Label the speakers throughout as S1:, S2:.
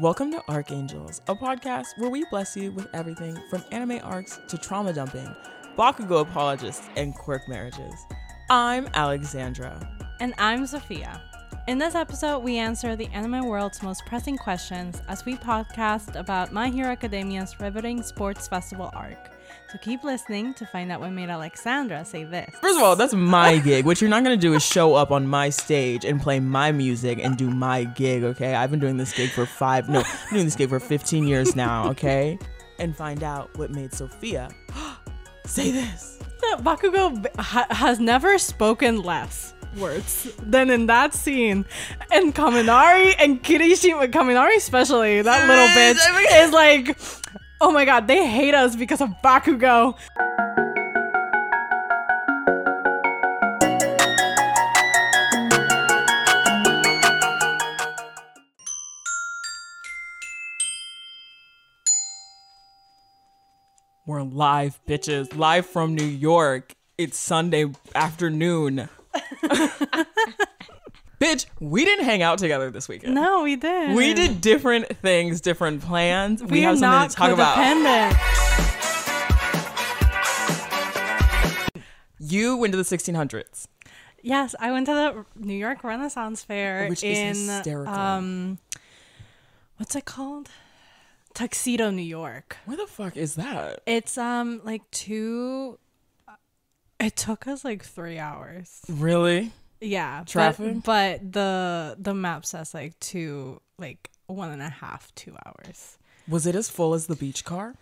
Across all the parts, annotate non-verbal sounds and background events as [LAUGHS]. S1: Welcome to Archangels, a podcast where we bless you with everything from anime arcs to trauma dumping, Bakugo apologists, and quirk marriages. I'm Alexandra.
S2: And I'm Sophia. In this episode, we answer the anime world's most pressing questions as we podcast about My Hero Academia's riveting sports festival arc. So keep listening to find out what made Alexandra say this.
S1: First of all, that's my gig. What you're not going to do is show up on my stage and play my music and do my gig, okay? I've been doing this gig for five, no, I've been doing this gig for 15 years now, okay? And find out what made Sophia [GASPS] say this.
S2: That Bakugo b- ha- has never spoken less words than in that scene. And Kaminari and Kirishima, Kaminari especially, that little bitch is like, oh my god, they hate us because of Bakugo.
S1: We're live, bitches, live from New York. It's Sunday afternoon. [LAUGHS] Bitch, we didn't hang out together this weekend.
S2: No, we did.
S1: We did different things, different plans. We,
S2: We, are
S1: have something
S2: not
S1: to talk about.
S2: codependent.
S1: You went to the 1600s.
S2: Yes, I went to the New York Renaissance Fair
S1: Which is
S2: in
S1: hysterical.
S2: um what's it called? Tuxedo, New York.
S1: Where the fuck is that?
S2: It's um like two it took us like 3 hours.
S1: Really?
S2: Yeah. but-
S1: Traffic?
S2: But, the the map says like two like one and a half, two hours.
S1: Was it as full as the beach car?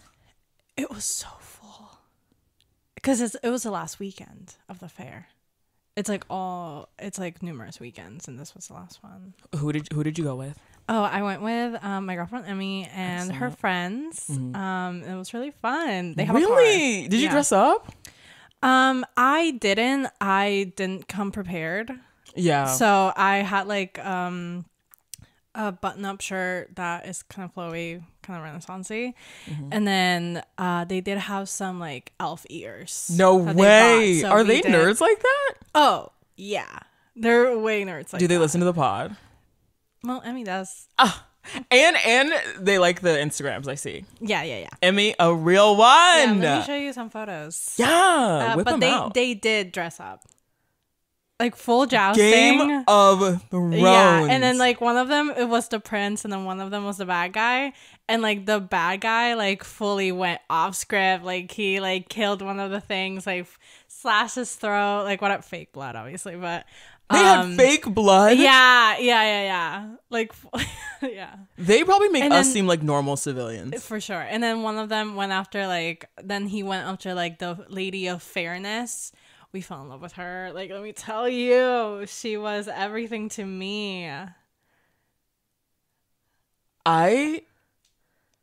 S2: It was so full. Cuz it's it was the last weekend of the fair. It's like all it's like numerous weekends and this was the last one.
S1: Who did who did you go with?
S2: Oh, I went with um, my girlfriend Emmy and her friends. Um, it was really fun. They have a car.
S1: Mm-hmm. really? Did you
S2: Yeah.
S1: dress up?
S2: Um, I didn't. I didn't come prepared,
S1: Yeah.
S2: so I had like um, a button-up shirt that is kind of flowy, kind of renaissancey,
S1: Mm-hmm.
S2: and then uh, they did have some like elf ears.
S1: no
S2: that
S1: way.
S2: bought, so
S1: Are
S2: we
S1: they
S2: did-
S1: nerds like that?
S2: Oh yeah, they're way nerds. Like
S1: Do they
S2: that.
S1: listen to the pod?
S2: Well, Emmy does.
S1: [LAUGHS] And and they like the Instagrams I see.
S2: Yeah, yeah, yeah.
S1: Emmy, a real
S2: Yeah,
S1: one.
S2: let me show you some photos.
S1: Yeah,
S2: Uh,
S1: whip
S2: but
S1: them
S2: they
S1: out.
S2: they did dress up, like full jousting.
S1: Game of Thrones.
S2: yeah, and then like one of them it was the prince, and then one of them was the bad guy, and like the bad guy like fully went off script, like he like killed one of the things, like f- slashed his throat, like what up fake blood, obviously, but
S1: they
S2: um,
S1: had fake blood.
S2: yeah, yeah, yeah, yeah, like [LAUGHS] yeah,
S1: They probably make
S2: And
S1: us
S2: then-
S1: seem like normal civilians.
S2: for sure. And then one of them went after like then he went after like the lady of fairness. We fell in love with her. Like let me tell you, she was everything to me.
S1: I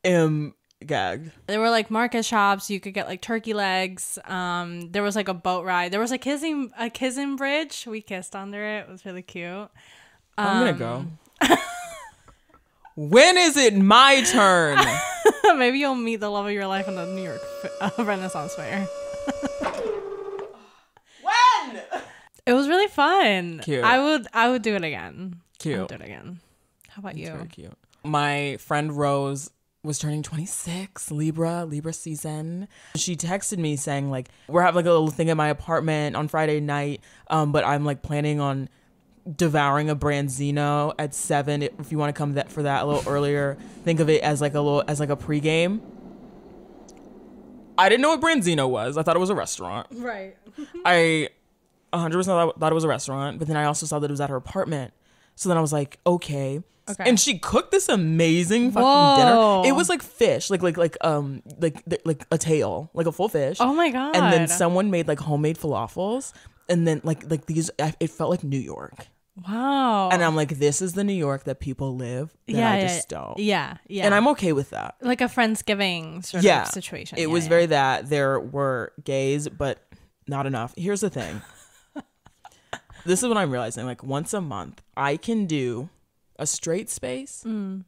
S1: am gagged.
S2: There were like market shops. You could get like turkey legs. Um, there was like a boat ride. There was a kissing a kissing bridge. We kissed under it. It was really cute.
S1: I'm gonna go.
S2: Um. [LAUGHS]
S1: when is it my turn?
S2: [LAUGHS] Maybe you'll meet the love of your life in the New York uh, [LAUGHS] Renaissance Fair.
S1: when?
S2: It was really fun.
S1: Cute.
S2: I would I would do it again. I would
S1: Cute.
S2: do it again. How about you?
S1: Very cute. My friend Rose was turning 26, Libra, Libra season. She texted me saying like, "We're having like a little thing at my apartment on Friday night, um, but I'm like planning on devouring a branzino at seven. If you want to come that for that a little earlier, think of it as like a little as like a pregame." I didn't know what branzino was. I thought it was a restaurant.
S2: Right.
S1: I 100% thought, thought it was a restaurant, but then I also saw that it was at her apartment. So then I was like, okay.
S2: Okay.
S1: And she cooked this amazing fucking
S2: Whoa.
S1: dinner. It was like fish, like like like um like th- like a tail, like a full fish.
S2: Oh my god.
S1: And then someone made like homemade falafels, and then like like these. I- It felt like New York,
S2: Wow.
S1: and I'm like, this is the New York that people live. That I just don't.
S2: Yeah, yeah.
S1: And I'm okay with that.
S2: like a friendsgiving sort
S1: yeah
S2: of situation.
S1: It
S2: Yeah,
S1: was
S2: yeah.
S1: very that there were gays, but not enough. Here's the
S2: [LAUGHS]
S1: thing. this is what I'm realizing. Like once a month, I can do a straight space,
S2: Mm.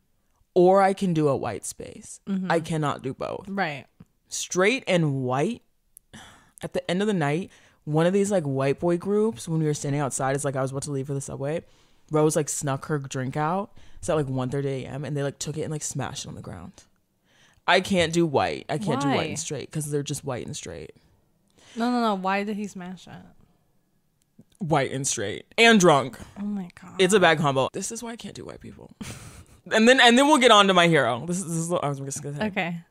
S1: or I can do a white space.
S2: Mm-hmm.
S1: I cannot do both.
S2: right.
S1: Straight and white. At the end of the night, one of these like white boy groups, when we were standing outside, it's like I was about to leave for the subway. Rose like snuck her drink out. It's at like 1.30 a.m. and they like took it and like smashed it on the ground. I can't do white. I can't do
S2: Why?
S1: white and straight because they're just white and straight.
S2: No, no, no. Why did he smash that?
S1: White and straight and drunk.
S2: Oh my god.
S1: It's a bad combo. This is why I can't do white people. [LAUGHS] and then and then we'll get on to my hero. This is, this is what I was just gonna say.
S2: okay.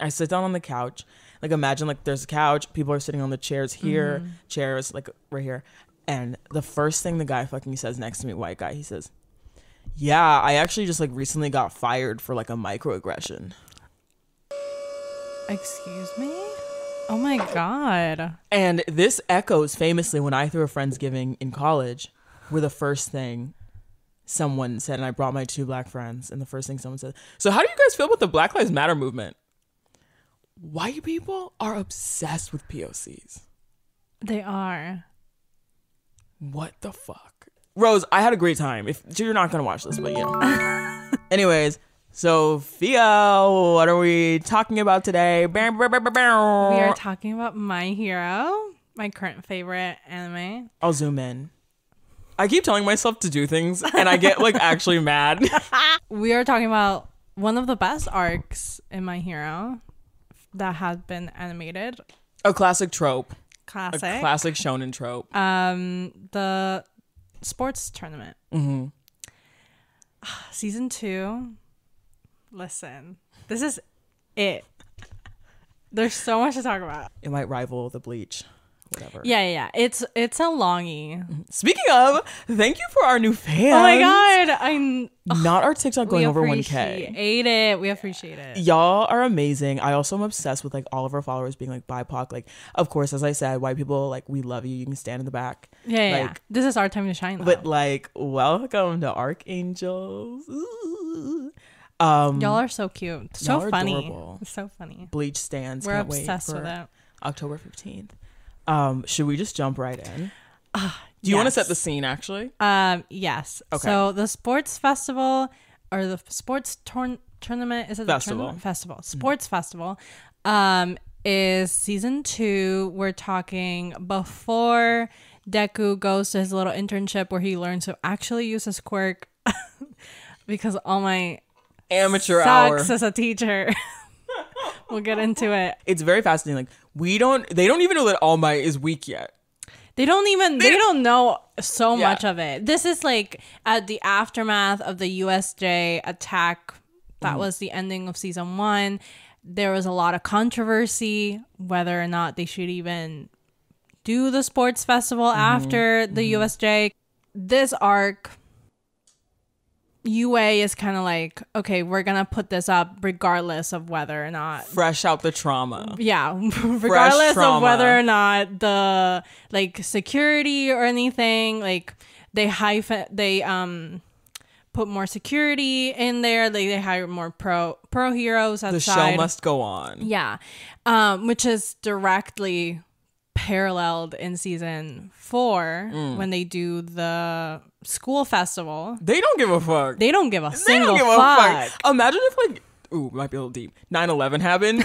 S1: I sit down on the couch. Like imagine like there's a couch, people are sitting on the chairs here, chairs like right here. And the first thing the guy fucking says next to me, white guy, he says, "Yeah, I actually just like recently got fired for like a microaggression."
S2: Excuse me? Oh my god.
S1: And this echoes famously when I threw a friendsgiving in college, where the first thing someone said, and I brought my two black friends, and the first thing someone said, "So how do you guys feel about the Black Lives Matter movement?" White people are obsessed with POCs.
S2: They are.
S1: What the fuck? Rose, I had a great time. If you're not gonna watch this, but you know.
S2: [LAUGHS]
S1: Anyways, Sophia, what are we talking about today? We
S2: We are
S1: are
S2: talking about My Hero, my current favorite anime.
S1: I'll zoom in. I keep telling myself to do things and I get like
S2: [LAUGHS]
S1: actually mad.
S2: We are talking about one of the best arcs in My Hero that has been animated.
S1: a classic trope. A
S2: Classic.
S1: classic shonen trope.
S2: um the sports tournament. Mm-hmm. [SIGHS] Season 2. Listen. This is it. There's so much to talk about.
S1: It might rival the bleach. Whatever.
S2: Yeah, yeah, yeah. It's it's a longie.
S1: Speaking of, thank you for our new fans.
S2: Oh my god, I'm
S1: Not our TikTok going
S2: we
S1: over one K.
S2: appreciate it. We appreciate it.
S1: y'all are amazing i also am obsessed with like all of our followers being like bipoc like of course as i said white people like we love you you can stand in the back
S2: Yeah, yeah, yeah.
S1: like-
S2: This is our time to shine.
S1: but
S2: But
S1: like welcome to archangels Ooh. um
S2: y'all are so cute,
S1: y'all
S2: so
S1: are
S2: funny,
S1: adorable.
S2: so funny.
S1: bleach stands
S2: We're
S1: can't
S2: obsessed
S1: wait
S2: with
S1: for
S2: it.
S1: october 15th um should we just jump right in do you want to
S2: Ah, yes.
S1: set the scene actually
S2: Um, yes.
S1: Okay.
S2: So the sports festival or the f- sports tourn- tournament is it the
S1: Festival. Mm-hmm.
S2: tournament? festival sports festival um is season two. We're talking before Deku goes to his little internship where he learns to actually use his quirk [LAUGHS] because all my
S1: amateur hour
S2: sucks as a teacher. [LAUGHS] we'll get into it.
S1: it's very fascinating like we don't they don't even know that all might is weak yet
S2: They don't even they don't know so
S1: Yeah.
S2: much of it. This is like at the aftermath of the USJ attack. That was the ending of season 1. There was a lot of controversy whether or not they should even do the sports festival after the USJ. This arc UA is kind of like, okay, we're going to put this up regardless of whether or not
S1: fresh out the trauma
S2: yeah [LAUGHS] regardless of
S1: trauma.
S2: whether or not the like security or anything like they hyphen they um put more security in there like they hire more pro pro heroes
S1: the
S2: outside
S1: show must go on
S2: yeah um which is directly paralleled in season 4
S1: Mm.
S2: when they do the school festival
S1: they don't give a fuck
S2: they don't give a single
S1: give
S2: fuck.
S1: a fuck. Imagine if like ooh, might be a little deep. 9-11 happened. [LAUGHS]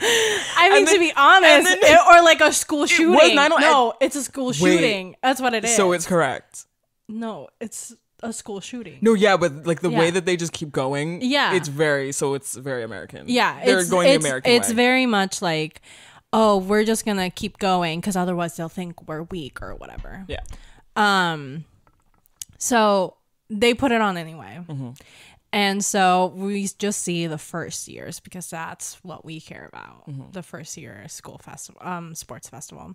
S1: And
S2: I mean,
S1: then-
S2: to be honest,
S1: [LAUGHS] and then-
S2: it- or like a school shooting.
S1: 9 and-
S2: no, it's a school shooting. That's what it is.
S1: oh so it's correct.
S2: no, it's a school shooting.
S1: No, yeah, but like the
S2: Yeah.
S1: way that they just keep going,
S2: Yeah.
S1: it's very so it's very American.
S2: Yeah,
S1: they're
S2: it's,
S1: going
S2: it's,
S1: the American
S2: It's
S1: way.
S2: very much like, oh, we're just gonna keep going because otherwise they'll think we're weak or whatever.
S1: yeah,
S2: Um, so they put it on anyway.
S1: Mm-hmm.
S2: And so we just see the first years because that's what we care about.
S1: Mm-hmm.
S2: The first year school festival, um, sports festival.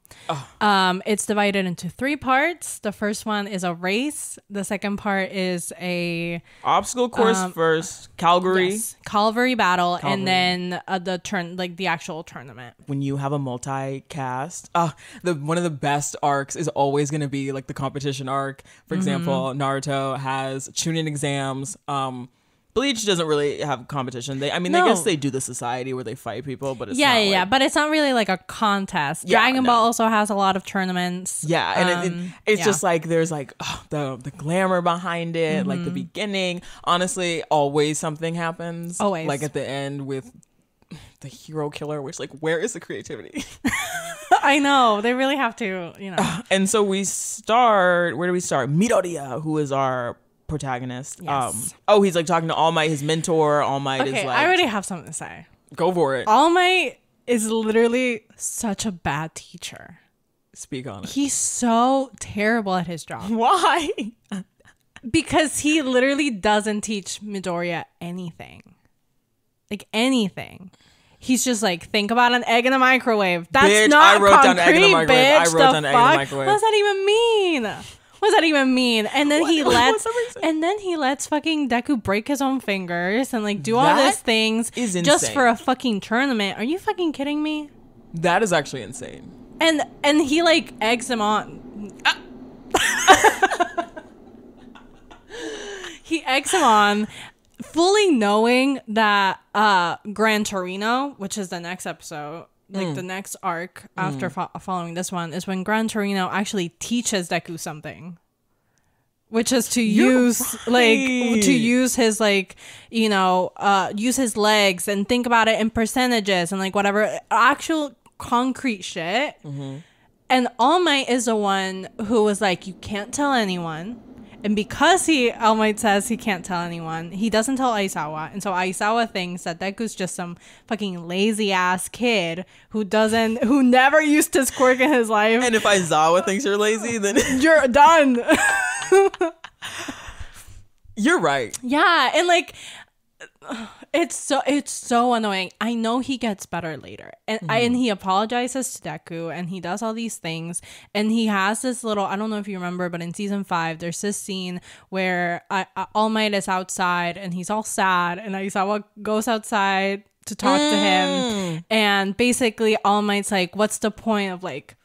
S2: Um, it's divided into three parts. The first one is a race. The second part is a
S1: obstacle course first, Calgary.
S2: Um, yes, cavalry battle, and then uh, the turn, like the actual tournament.
S1: When you have a multi-cast, uh, the one of the best arcs is always going to be like the competition arc.
S2: Mm-hmm.
S1: For example, Naruto has tune-in exams. Um, Bleach doesn't really have competition. They, I mean,
S2: No.
S1: I guess they do the society where they fight people, but it's
S2: Yeah,
S1: not,
S2: yeah,
S1: like,
S2: yeah, but it's not really like a contest.
S1: Yeah,
S2: Dragon
S1: no.
S2: Ball also has a lot of tournaments.
S1: Yeah, and it, it,
S2: Um,
S1: it's
S2: yeah.
S1: just like there's like ugh, the the glamour behind it, like the
S2: Mm-hmm.
S1: beginning. Honestly, always something happens.
S2: Always.
S1: like at the end with the hero killer, which like where is the creativity?
S2: [LAUGHS]
S1: [LAUGHS]
S2: I know they really have to, you know.
S1: And so we start. Where do we start? Midoriya, who is our protagonist.
S2: Yes.
S1: oh, he's like talking to All Might, his mentor. All Might
S2: Okay,
S1: is like,
S2: I already have something to say.
S1: go for it.
S2: All Might is literally such a bad teacher.
S1: Speak on
S2: [LAUGHS]
S1: it.
S2: He's so terrible at his job
S1: Why?
S2: because he literally doesn't teach Midoriya anything. Like anything. He's just like, think about an egg in a microwave. That's
S1: Bitch,
S2: not
S1: I wrote down
S2: concrete,
S1: egg in a microwave. I
S2: bitch.
S1: wrote
S2: The
S1: down egg in a
S2: fuck?
S1: microwave.
S2: What does that even mean? What does that even mean? And then
S1: [LAUGHS]
S2: he
S1: What- what's
S2: lets,
S1: the reason?
S2: and then he lets fucking Deku break his own fingers and like do all
S1: That
S2: these things
S1: is
S2: just
S1: insane.
S2: for a fucking tournament. Are you fucking kidding me?
S1: That is actually insane.
S2: And and he like eggs him on. [LAUGHS] Ah. he eggs him on, fully knowing that uh Gran Torino, which is the next episode, like the next arc after fo- following this one, is when Gran Torino actually teaches Deku something. Which is to use like
S1: right.
S2: to use his like you know uh use his legs and think about it in percentages and like whatever actual concrete shit and All Might is the one who was like, You can't tell anyone. And because he All Might says he can't tell anyone, he doesn't tell Aizawa. And so Aizawa thinks that Deku's just some fucking lazy ass kid who doesn't who never used his quirk in his life.
S1: And if Izawa thinks you're lazy, then [LAUGHS]
S2: you're done.
S1: you're right.
S2: yeah, and like [SIGHS] it's so it's so annoying. I know he gets better later, and I,
S1: Mm.
S2: and he apologizes to Deku, and he does all these things, and he has this little. I don't know if you remember, but in season five, there's this scene where I, I, All Might is outside, and he's all sad, and Aizawa goes outside to talk to
S1: Mm.
S2: him, and basically All Might's like, "What's the point of like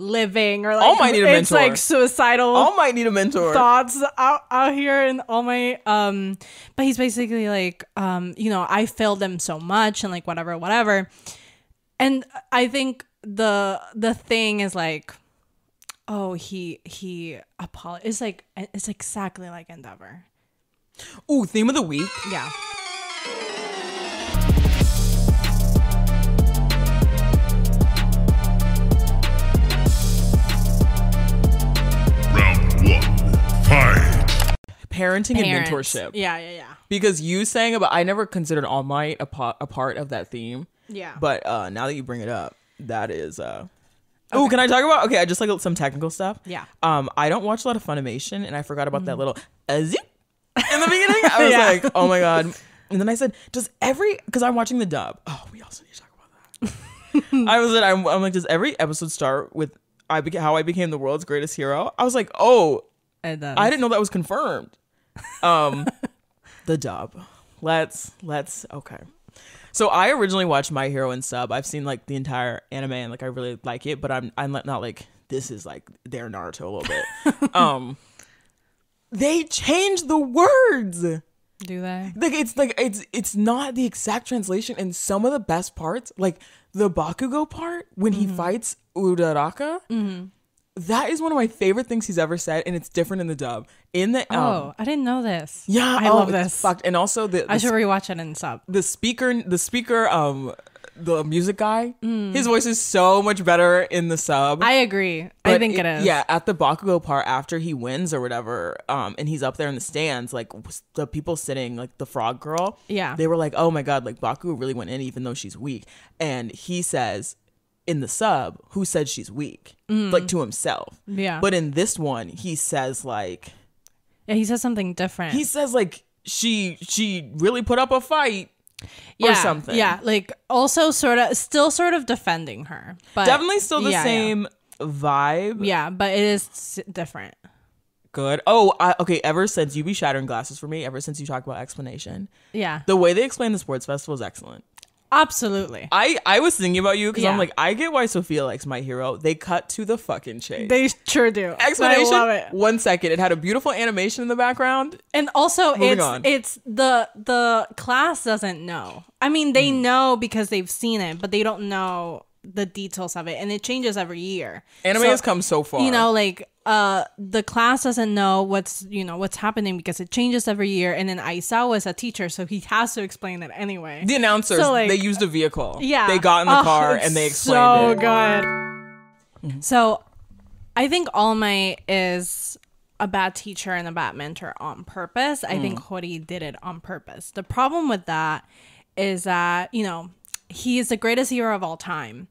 S2: living?" Or like,
S1: All Might need a
S2: It's
S1: mentor.
S2: like suicidal
S1: All Might need a mentor.
S2: thoughts out, out here and all my um but he's basically like um you know i failed them so much and like whatever whatever and i think the the thing is like oh he he apolog it's like it's exactly like endeavor
S1: Ooh, theme of the week.
S2: yeah
S3: Round one, fight.
S1: Parenting
S2: Parents.
S1: and mentorship.
S2: yeah yeah yeah
S1: Because you saying about, I never considered All Might a, po- a part of that theme.
S2: yeah
S1: But uh, now that you bring it up, that is. Uh... Oh, can I talk about? Okay, I just like some technical stuff.
S2: Yeah. Mm-hmm.
S1: Um, I don't watch a lot of Funimation, and I forgot about that little uh, zip in the
S2: [LAUGHS]
S1: beginning. I was
S2: Yeah.
S1: like, oh my god. And then I said, does every because I'm watching the dub. Oh, we also need to talk about
S2: [LAUGHS]
S1: that. I was like, I'm, I'm like, does every episode start with I beca- how I became the world's greatest hero? I was like, oh,
S2: and then
S1: I didn't know that was confirmed. Um, [LAUGHS] the dub. Let's let's okay. So I originally watched My Hero and Sub. I've seen like the entire anime and like I really like it, but I'm I'm not like this is like their Naruto a little [LAUGHS] bit. um, they changed the words.
S2: do they
S1: Like it's like it's it's not the exact translation. And some of the best parts, like the Bakugo part when
S2: Mm-hmm.
S1: he fights Uraraka, that is one of my favorite things he's ever said, and it's different in the dub. In the um,
S2: oh i didn't know this
S1: yeah,
S2: i
S1: oh,
S2: love
S1: it's
S2: this
S1: Fucked. And also the the,
S2: i should rewatch it in sub
S1: the speaker, the speaker, um, the music guy,
S2: Mm.
S1: his voice is so much better in the sub.
S2: i agree i
S1: But
S2: think it is
S1: Yeah, at the Bakugo part after he wins or whatever, um, and he's up there in the stands, like was- the people sitting, like the frog girl.
S2: Yeah.
S1: They were like, oh my God, like Bakugo really went in even though she's weak. And he says in the sub, who said she's weak? Like to himself.
S2: Mm. Yeah.
S1: But in this one, he says like
S2: yeah he says something different
S1: he says like she she really put up a fight. or something.
S2: Yeah, like also sort of still sort of defending her, but
S1: Definitely still the
S2: yeah, yeah.
S1: same vibe.
S2: Yeah. but it is s- different.
S1: Good. Oh, I, okay. Ever since you be shattering glasses for me, ever since you talk about explanation,
S2: Yeah,
S1: The way they explain the sports festival is excellent.
S2: absolutely.
S1: I, I was thinking about you because
S2: Yeah.
S1: I'm like, I get why Sophia likes My Hero. They cut to the fucking chase.
S2: They sure do.
S1: Explanation.
S2: I love it.
S1: One second. It had a beautiful animation in the background.
S2: And also, it's
S1: on.
S2: it's the the class doesn't know. I mean, they
S1: Hmm.
S2: know because they've seen it, but they don't know the details of it, and it changes every year.
S1: Anime
S2: So-
S1: has come so far.
S2: you know like uh the class doesn't know what's you know what's happening because it changes every year and then Aisawa is a teacher so he has to explain it anyway
S1: the announcers.
S2: So, like,
S1: they used a vehicle.
S2: yeah
S1: They got in the
S2: Oh,
S1: car
S2: it's
S1: and they
S2: so
S1: explained it. Mm-hmm.
S2: good So I think All Might is a bad teacher and a bad mentor on purpose. I
S1: Mm.
S2: think Hori did it on purpose. The problem with that is that, you know, he is the greatest hero of all time.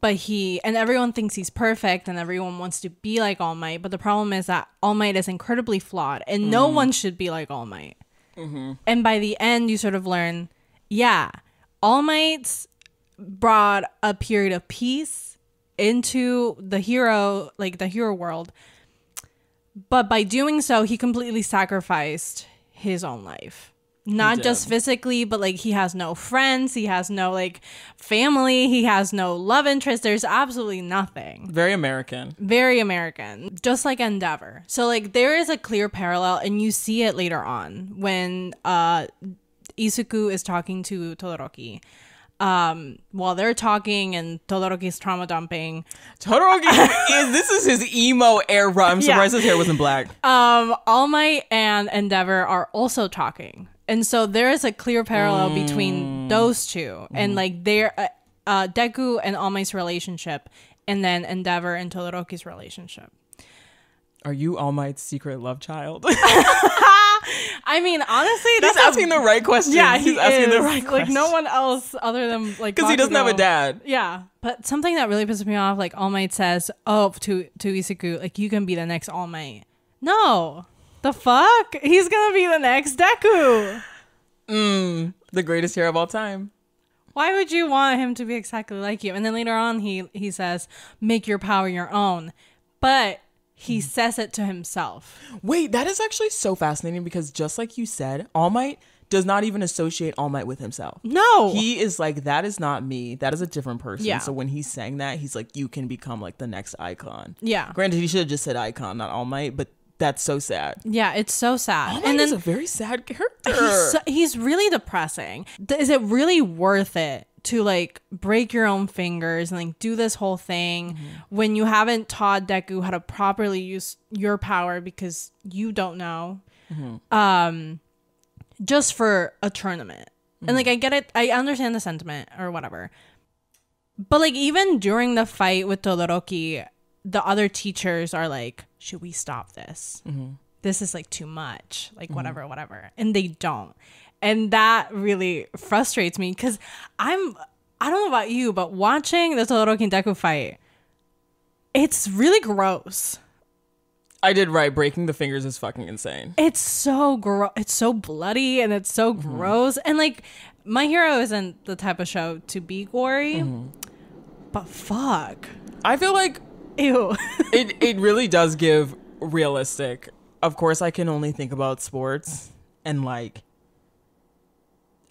S2: But he and everyone thinks he's perfect and everyone wants to be like All Might. But the problem is that All Might is incredibly flawed and no
S1: Mm-hmm.
S2: one should be like All Might. And by the end, you sort of learn, yeah, All Might's brought a period of peace into the hero, like the hero world. But by doing so, he completely sacrificed his own life. Not
S1: did.
S2: just physically, but like he has no friends, he has no like family, he has no love interest. There's absolutely nothing
S1: Very American.
S2: very American, just like Endeavor. So like there is a clear parallel, and you see it later on when uh, Isuku is talking to Todoroki. Um, while they're talking and Todoroki's trauma dumping, [LAUGHS]
S1: Todoroki is this is his emo era. I'm
S2: Yeah.
S1: surprised his hair wasn't black.
S2: um, All Might and Endeavor are also talking, and so there is a clear parallel
S1: Mm.
S2: between those two,
S1: Mm-hmm.
S2: and like their uh, uh, Deku and All Might's relationship, and then Endeavor and Todoroki's relationship.
S1: Are you All Might's secret love
S2: [LAUGHS]
S1: child?
S2: I mean, honestly,
S1: He's
S2: that's a
S1: asking the right question.
S2: Yeah,
S1: he's
S2: he
S1: asking
S2: is.
S1: the right
S2: Like
S1: question.
S2: no one else other than like
S1: because he doesn't have a
S2: Bakugo.
S1: dad.
S2: Yeah, but something that really pisses me off, like All Might says, "Oh, to to Isaku, like you can be the next All Might." No, the fuck, he's gonna be the next Deku.
S1: The greatest hero of all time.
S2: Why would you want him to be exactly like you? And then later on, he he says, "Make your power your own," but he
S1: Hmm.
S2: says it to himself.
S1: Wait, that is actually so fascinating because just like you said, All Might does not even associate All Might with himself.
S2: No,
S1: He is like, that is not me. That is a different person.
S2: Yeah.
S1: So when he's saying that, he's like, you can become like the next icon.
S2: Yeah.
S1: Granted, he should have just said icon, not All Might, but that's so sad.
S2: yeah, it's so sad.
S1: All Might
S2: and then
S1: is a very sad character.
S2: he's so, he's really depressing. Th- Is it really worth it to like break your own fingers and like do this whole thing when you haven't taught Deku how to properly use your power because you don't know? Um, just for a tournament. And like I get it, I understand the sentiment or whatever. But like even during the fight with Todoroki, the other teachers are like, "Should we stop this? This is like too much. Like
S1: Mm-hmm.
S2: whatever, whatever." And they don't, and that really frustrates me because I'm I don't know about you, but watching the Todoroki and Deku fight, it's really gross.
S1: I did right. Breaking the fingers is fucking insane.
S2: It's so gross. It's so bloody and it's so
S1: Mm-hmm.
S2: gross. And like, My Hero isn't the type of show to be gory,
S1: Mm-hmm.
S2: but fuck,
S1: I feel like
S2: ew. [LAUGHS]
S1: it, it really does give realistic. Of course, I can only think about sports and like,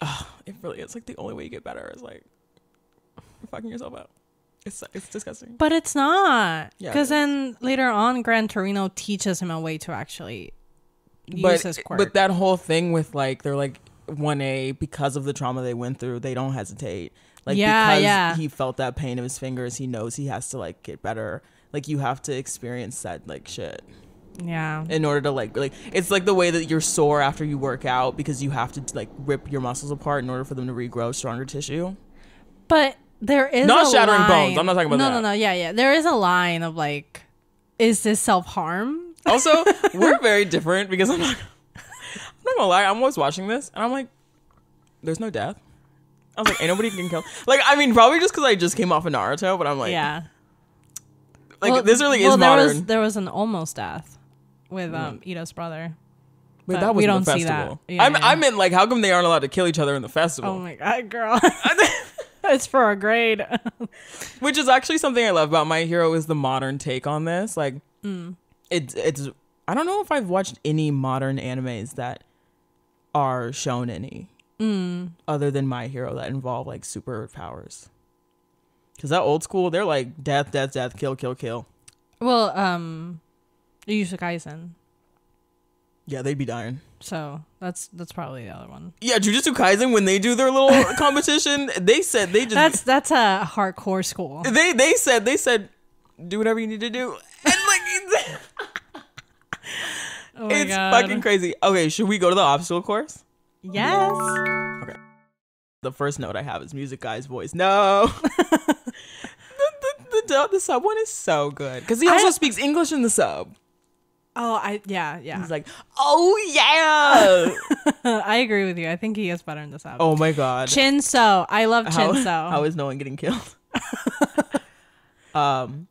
S1: ugh, it really is like the only way you get better is like fucking yourself up. It's it's disgusting.
S2: But it's not.
S1: Yeah, it
S2: Because
S1: is.
S2: then later on, Gran Torino teaches him a way to actually use
S1: But
S2: his quirk.
S1: but that whole thing with like they're like one A because of the trauma they went through, they don't hesitate. Like
S2: Yeah,
S1: because
S2: yeah.
S1: he felt that pain of his fingers, he knows he has to like get better. Like you have to experience that like shit.
S2: yeah.
S1: in order to like like it's like the way that you're sore after you work out because you have to like rip your muscles apart in order for them to regrow stronger tissue.
S2: But there is
S1: Not
S2: a
S1: shattering bones.
S2: line-
S1: I'm not talking about
S2: no,
S1: that.
S2: No, no, Yeah, yeah. There is a line of like, is this self harm? [LAUGHS]
S1: Also, we're very different because I'm not I'm not gonna lie, I'm always watching this and I'm like, there's no death. I was like, ain't nobody can kill. [LAUGHS] Like, I mean, probably just because I just came off of Naruto, but I'm like,
S2: yeah.
S1: like
S2: Well,
S1: this really
S2: well,
S1: is
S2: there
S1: modern.
S2: Was, there was an almost death with um, Ito's brother.
S1: but
S2: but
S1: that was
S2: we
S1: the
S2: don't
S1: festival.
S2: see that. Yeah,
S1: I'm,
S2: yeah.
S1: I meant like, how come they aren't allowed to kill each other in the
S2: Oh
S1: festival?
S2: my
S1: [LAUGHS]
S2: god, girl. [LAUGHS] it's for a grade.
S1: which is actually something I love about My Hero is the modern take on this. Like,
S2: Mm.
S1: it's it's I don't know if I've watched any modern animes that are shown any
S2: Mm.
S1: other than My Hero that involve like superpowers. Because that old school, they're like death, death, death, kill, kill, kill.
S2: well, um, Yusha Kaisen.
S1: Yeah, they'd be dying.
S2: So that's that's probably the other one.
S1: Yeah, Jujutsu Kaisen when they do their little
S2: [LAUGHS]
S1: competition, they said they just
S2: That's that's a hardcore school.
S1: they they said they said do whatever you need to do and like. [LAUGHS]
S2: [LAUGHS] Oh my
S1: It's
S2: God.
S1: fucking crazy. Okay, should we go to the obstacle course?
S2: yes. Oh,
S1: The first note I have is music guy's voice. No. the, the, the the dub, the sub one is so good because he also
S2: I-
S1: speaks English in the sub.
S2: Oh, I yeah yeah.
S1: He's like, oh yeah.
S2: [LAUGHS] I agree with you. I think he is better in this album.
S1: oh my god.
S2: Chin So, I love
S1: how,
S2: Chin So.
S1: how is no one getting killed? um.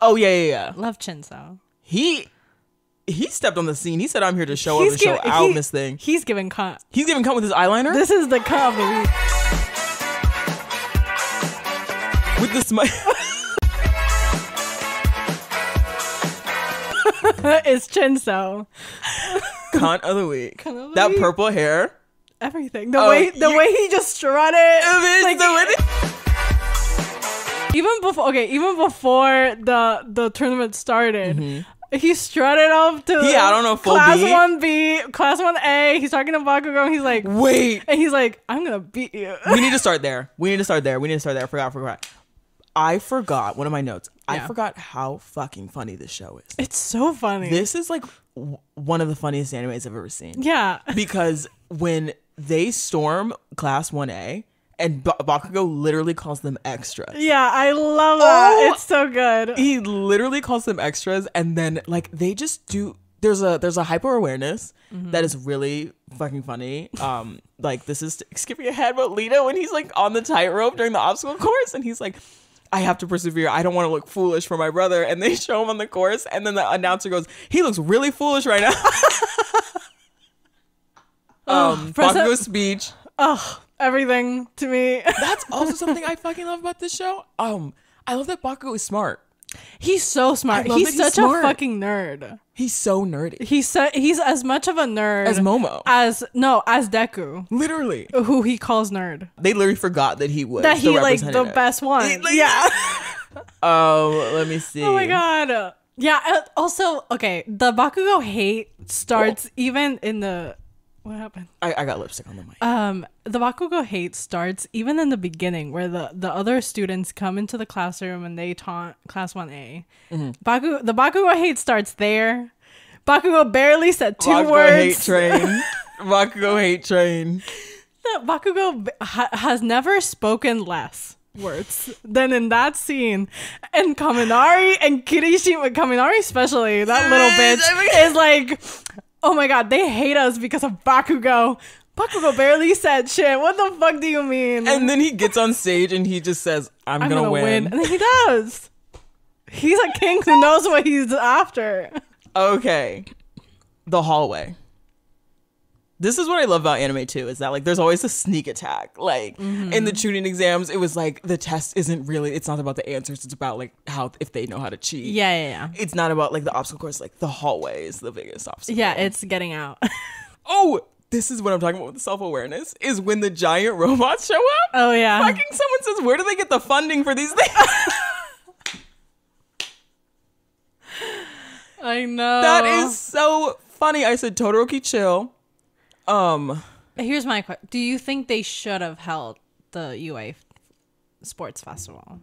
S1: Oh yeah, yeah, yeah.
S2: love Chin So.
S1: He he stepped on the scene. He said, "I'm here to show up and show
S2: giving
S1: out in this thing."
S2: He's giving cut.
S1: He's giving cunt with his eyeliner
S2: This is the cut of the
S1: with
S2: week.
S1: the
S2: [LAUGHS]
S1: smile.
S2: [LAUGHS] it's Chin So.
S1: cunt of the week.
S2: Cunt of the
S1: that
S2: week.
S1: purple hair.
S2: Everything. The
S1: Oh,
S2: way the
S1: you-
S2: way he just strutted.
S1: Bitch,
S2: Like-
S1: the way they-
S2: Even before okay, even before the the tournament started. He strutted up to
S1: Mm-hmm. He had on a full
S2: class
S1: beat.
S2: one B, class one A. He's talking to Bakugo. And
S1: [LAUGHS]
S2: he's like,
S1: Wait.
S2: and he's like, I'm gonna
S1: [LAUGHS]
S2: beat you.
S1: we need to start there. We need to start there. We need to start there. I forgot, forgot. I forgot one of my notes. I
S2: Yeah.
S1: forgot how fucking funny this show is.
S2: It's so funny.
S1: This is like w- one of the funniest animes I've ever seen.
S2: yeah,
S1: Because when they storm Class 1A and ba- Bakugo literally calls them extras.
S2: yeah, I love that.
S1: Oh!
S2: It's so good.
S1: He literally calls them extras and then like they just do there's a there's a hyper awareness that is really fucking funny. Um like this is skipping ahead but Lita when he's like on the tightrope during the obstacle course and he's like I have to persevere. I don't want to look foolish for my brother. And they [LAUGHS] show him on the course and then the announcer goes, "He looks really foolish right now." um
S2: for some-
S1: Bakugo's speech
S2: Ugh, everything
S1: [LAUGHS]
S2: to me.
S1: that's also something I fucking love about this show. Um, I love that Bakugo is smart.
S2: he's so smart.
S1: I love
S2: He's
S1: that he's
S2: such
S1: smart.
S2: a fucking nerd.
S1: He's so
S2: [LAUGHS]
S1: nerdy.
S2: He's su- he's as much of a nerd
S1: As Momo.
S2: as no as Deku,
S1: Literally,
S2: who he calls nerd.
S1: they literally forgot that he was
S2: That he
S1: the
S2: like the
S1: representative.
S2: best one.
S1: He- like-
S2: yeah.
S1: [LAUGHS] Oh, let me see.
S2: Oh my god. Yeah. uh, Also, okay, the Bakugo hate starts
S1: Oh.
S2: even in the what happened.
S1: I, I got lipstick on the mic.
S2: Um, the Bakugo hate starts even in the beginning, where the the other students come into the classroom and they taunt class one A.
S1: Mm-hmm.
S2: Baku the Bakugo hate starts there. Bakugo barely said two
S1: Bakugo hate
S2: words. [LAUGHS]
S1: train. Bakugo hate train.
S2: That Bakugo b- ha- has never spoken less words than in that scene. And Kaminari and Kirishima, Kaminari especially, that little bitch is like, oh my god, they hate us because of Bakugo. Bakugo barely said shit. What the fuck do you mean?
S1: And then he gets on stage and he just says, "I'm, gonna, win.
S2: And then [LAUGHS] he does. He's a king who knows what he's after.
S1: Okay, the hallway. This is what I love about anime too. Is that like there's always a sneak attack. Like
S2: Mm-hmm.
S1: in the tuning exams, it was like the test isn't really. It's not about the answers. It's about like how if they know how to cheat.
S2: Yeah, yeah,
S1: It's not about like the obstacle course. Like the hallway is the biggest obstacle.
S2: yeah. Yeah, it's getting out. [LAUGHS]
S1: Oh, this is what I'm talking about with self awareness is when the giant robots show up.
S2: Oh, yeah.
S1: Fucking someone says, Where do they get the funding for these things? [LAUGHS]
S2: I know.
S1: that is so funny. I said, Todoroki, chill. Um,
S2: Here's my question: Do you think they should have held the UA f- Sports Festival?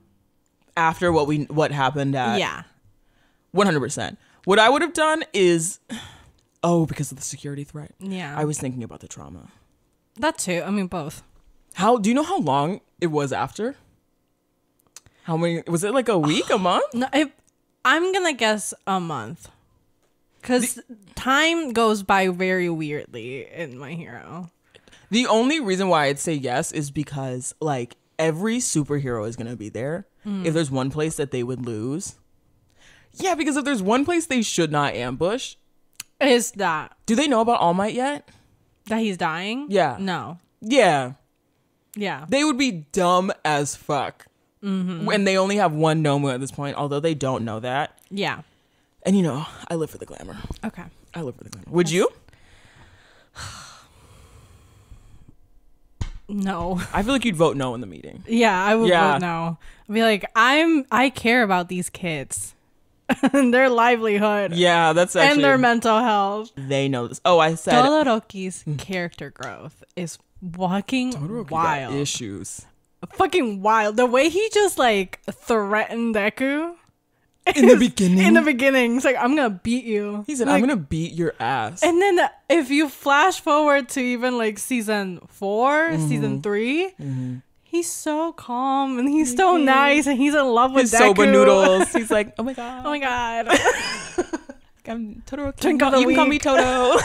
S1: after what we what happened at
S2: yeah,
S1: 100%. What I would have done is, [SIGHS] oh, because of the security threat.
S2: yeah.
S1: I was thinking about the trauma.
S2: that too. I mean, both.
S1: How do you know how long it was after? How many was it like a week, a month?
S2: No, if I'm gonna guess a month, because time goes by very weirdly in My Hero.
S1: The only reason why I'd say yes is because like every superhero is gonna be there.
S2: Hmm.
S1: If there's one place that they would lose, yeah, because if there's one place they should not ambush,
S2: Is that
S1: do they know about All Might yet?
S2: that he's dying?
S1: Yeah.
S2: No.
S1: Yeah,
S2: Yeah.
S1: they would be dumb as fuck.
S2: Mm-hmm.
S1: When they only have one Nomu at this point, although they don't know that.
S2: yeah.
S1: And you know, I live for the glamour.
S2: Okay.
S1: I live for the glamour. Would you? [LAUGHS]
S2: No.
S1: I feel like you'd vote no in the meeting.
S2: Yeah, I would
S1: Yeah.
S2: vote no. I'd be like, I'm. I care about these kids [LAUGHS] and their livelihood
S1: Yeah, that's actually
S2: and their mental health.
S1: they know this. Oh, I said
S2: Todoroki's
S1: Hmm.
S2: character growth is fucking
S1: Todoroki got
S2: wild. [LAUGHS]
S1: issues
S2: Fucking wild. The way he just like threatened Deku
S1: in the beginning.
S2: in the beginning. It's like, I'm gonna beat you.
S1: He said,
S2: Like,
S1: "I'm gonna beat your ass."
S2: And then
S1: Mm-hmm.
S2: if you flash forward to even like season 4 season 3 he he's so calm and he's so nice and he's in love with
S1: His soba
S2: Deku.
S1: noodles. He's like,
S2: [LAUGHS]
S1: oh my god,
S2: Oh my god.
S1: I'm Totoro.
S2: [LAUGHS] Drink
S1: you
S2: of the
S1: can call me
S2: week.
S1: Toto.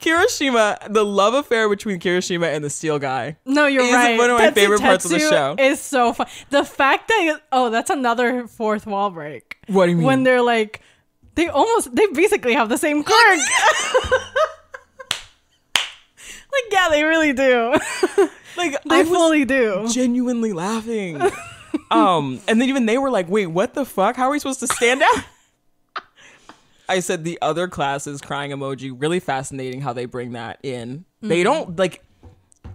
S1: Kirishima, the love affair between Kirishima and the steel guy.
S2: [LAUGHS] No, you're
S1: It's
S2: right.
S1: one of my favorite parts of the
S2: Tetsu
S1: show.
S2: Is so fun. The fact that oh, that's another fourth wall break.
S1: What do you mean?
S2: When they're like, they almost, they basically have the same quirk. like [LAUGHS] yeah, they really do. [LAUGHS]
S1: Like
S2: They
S1: I was
S2: fully do.
S1: genuinely
S2: [LAUGHS]
S1: laughing. um, and then even they were like, "Wait, what the fuck? How are we supposed to stand out?" I said the other classes crying emoji. Really fascinating how they bring that in.
S2: Mm-hmm.
S1: They don't like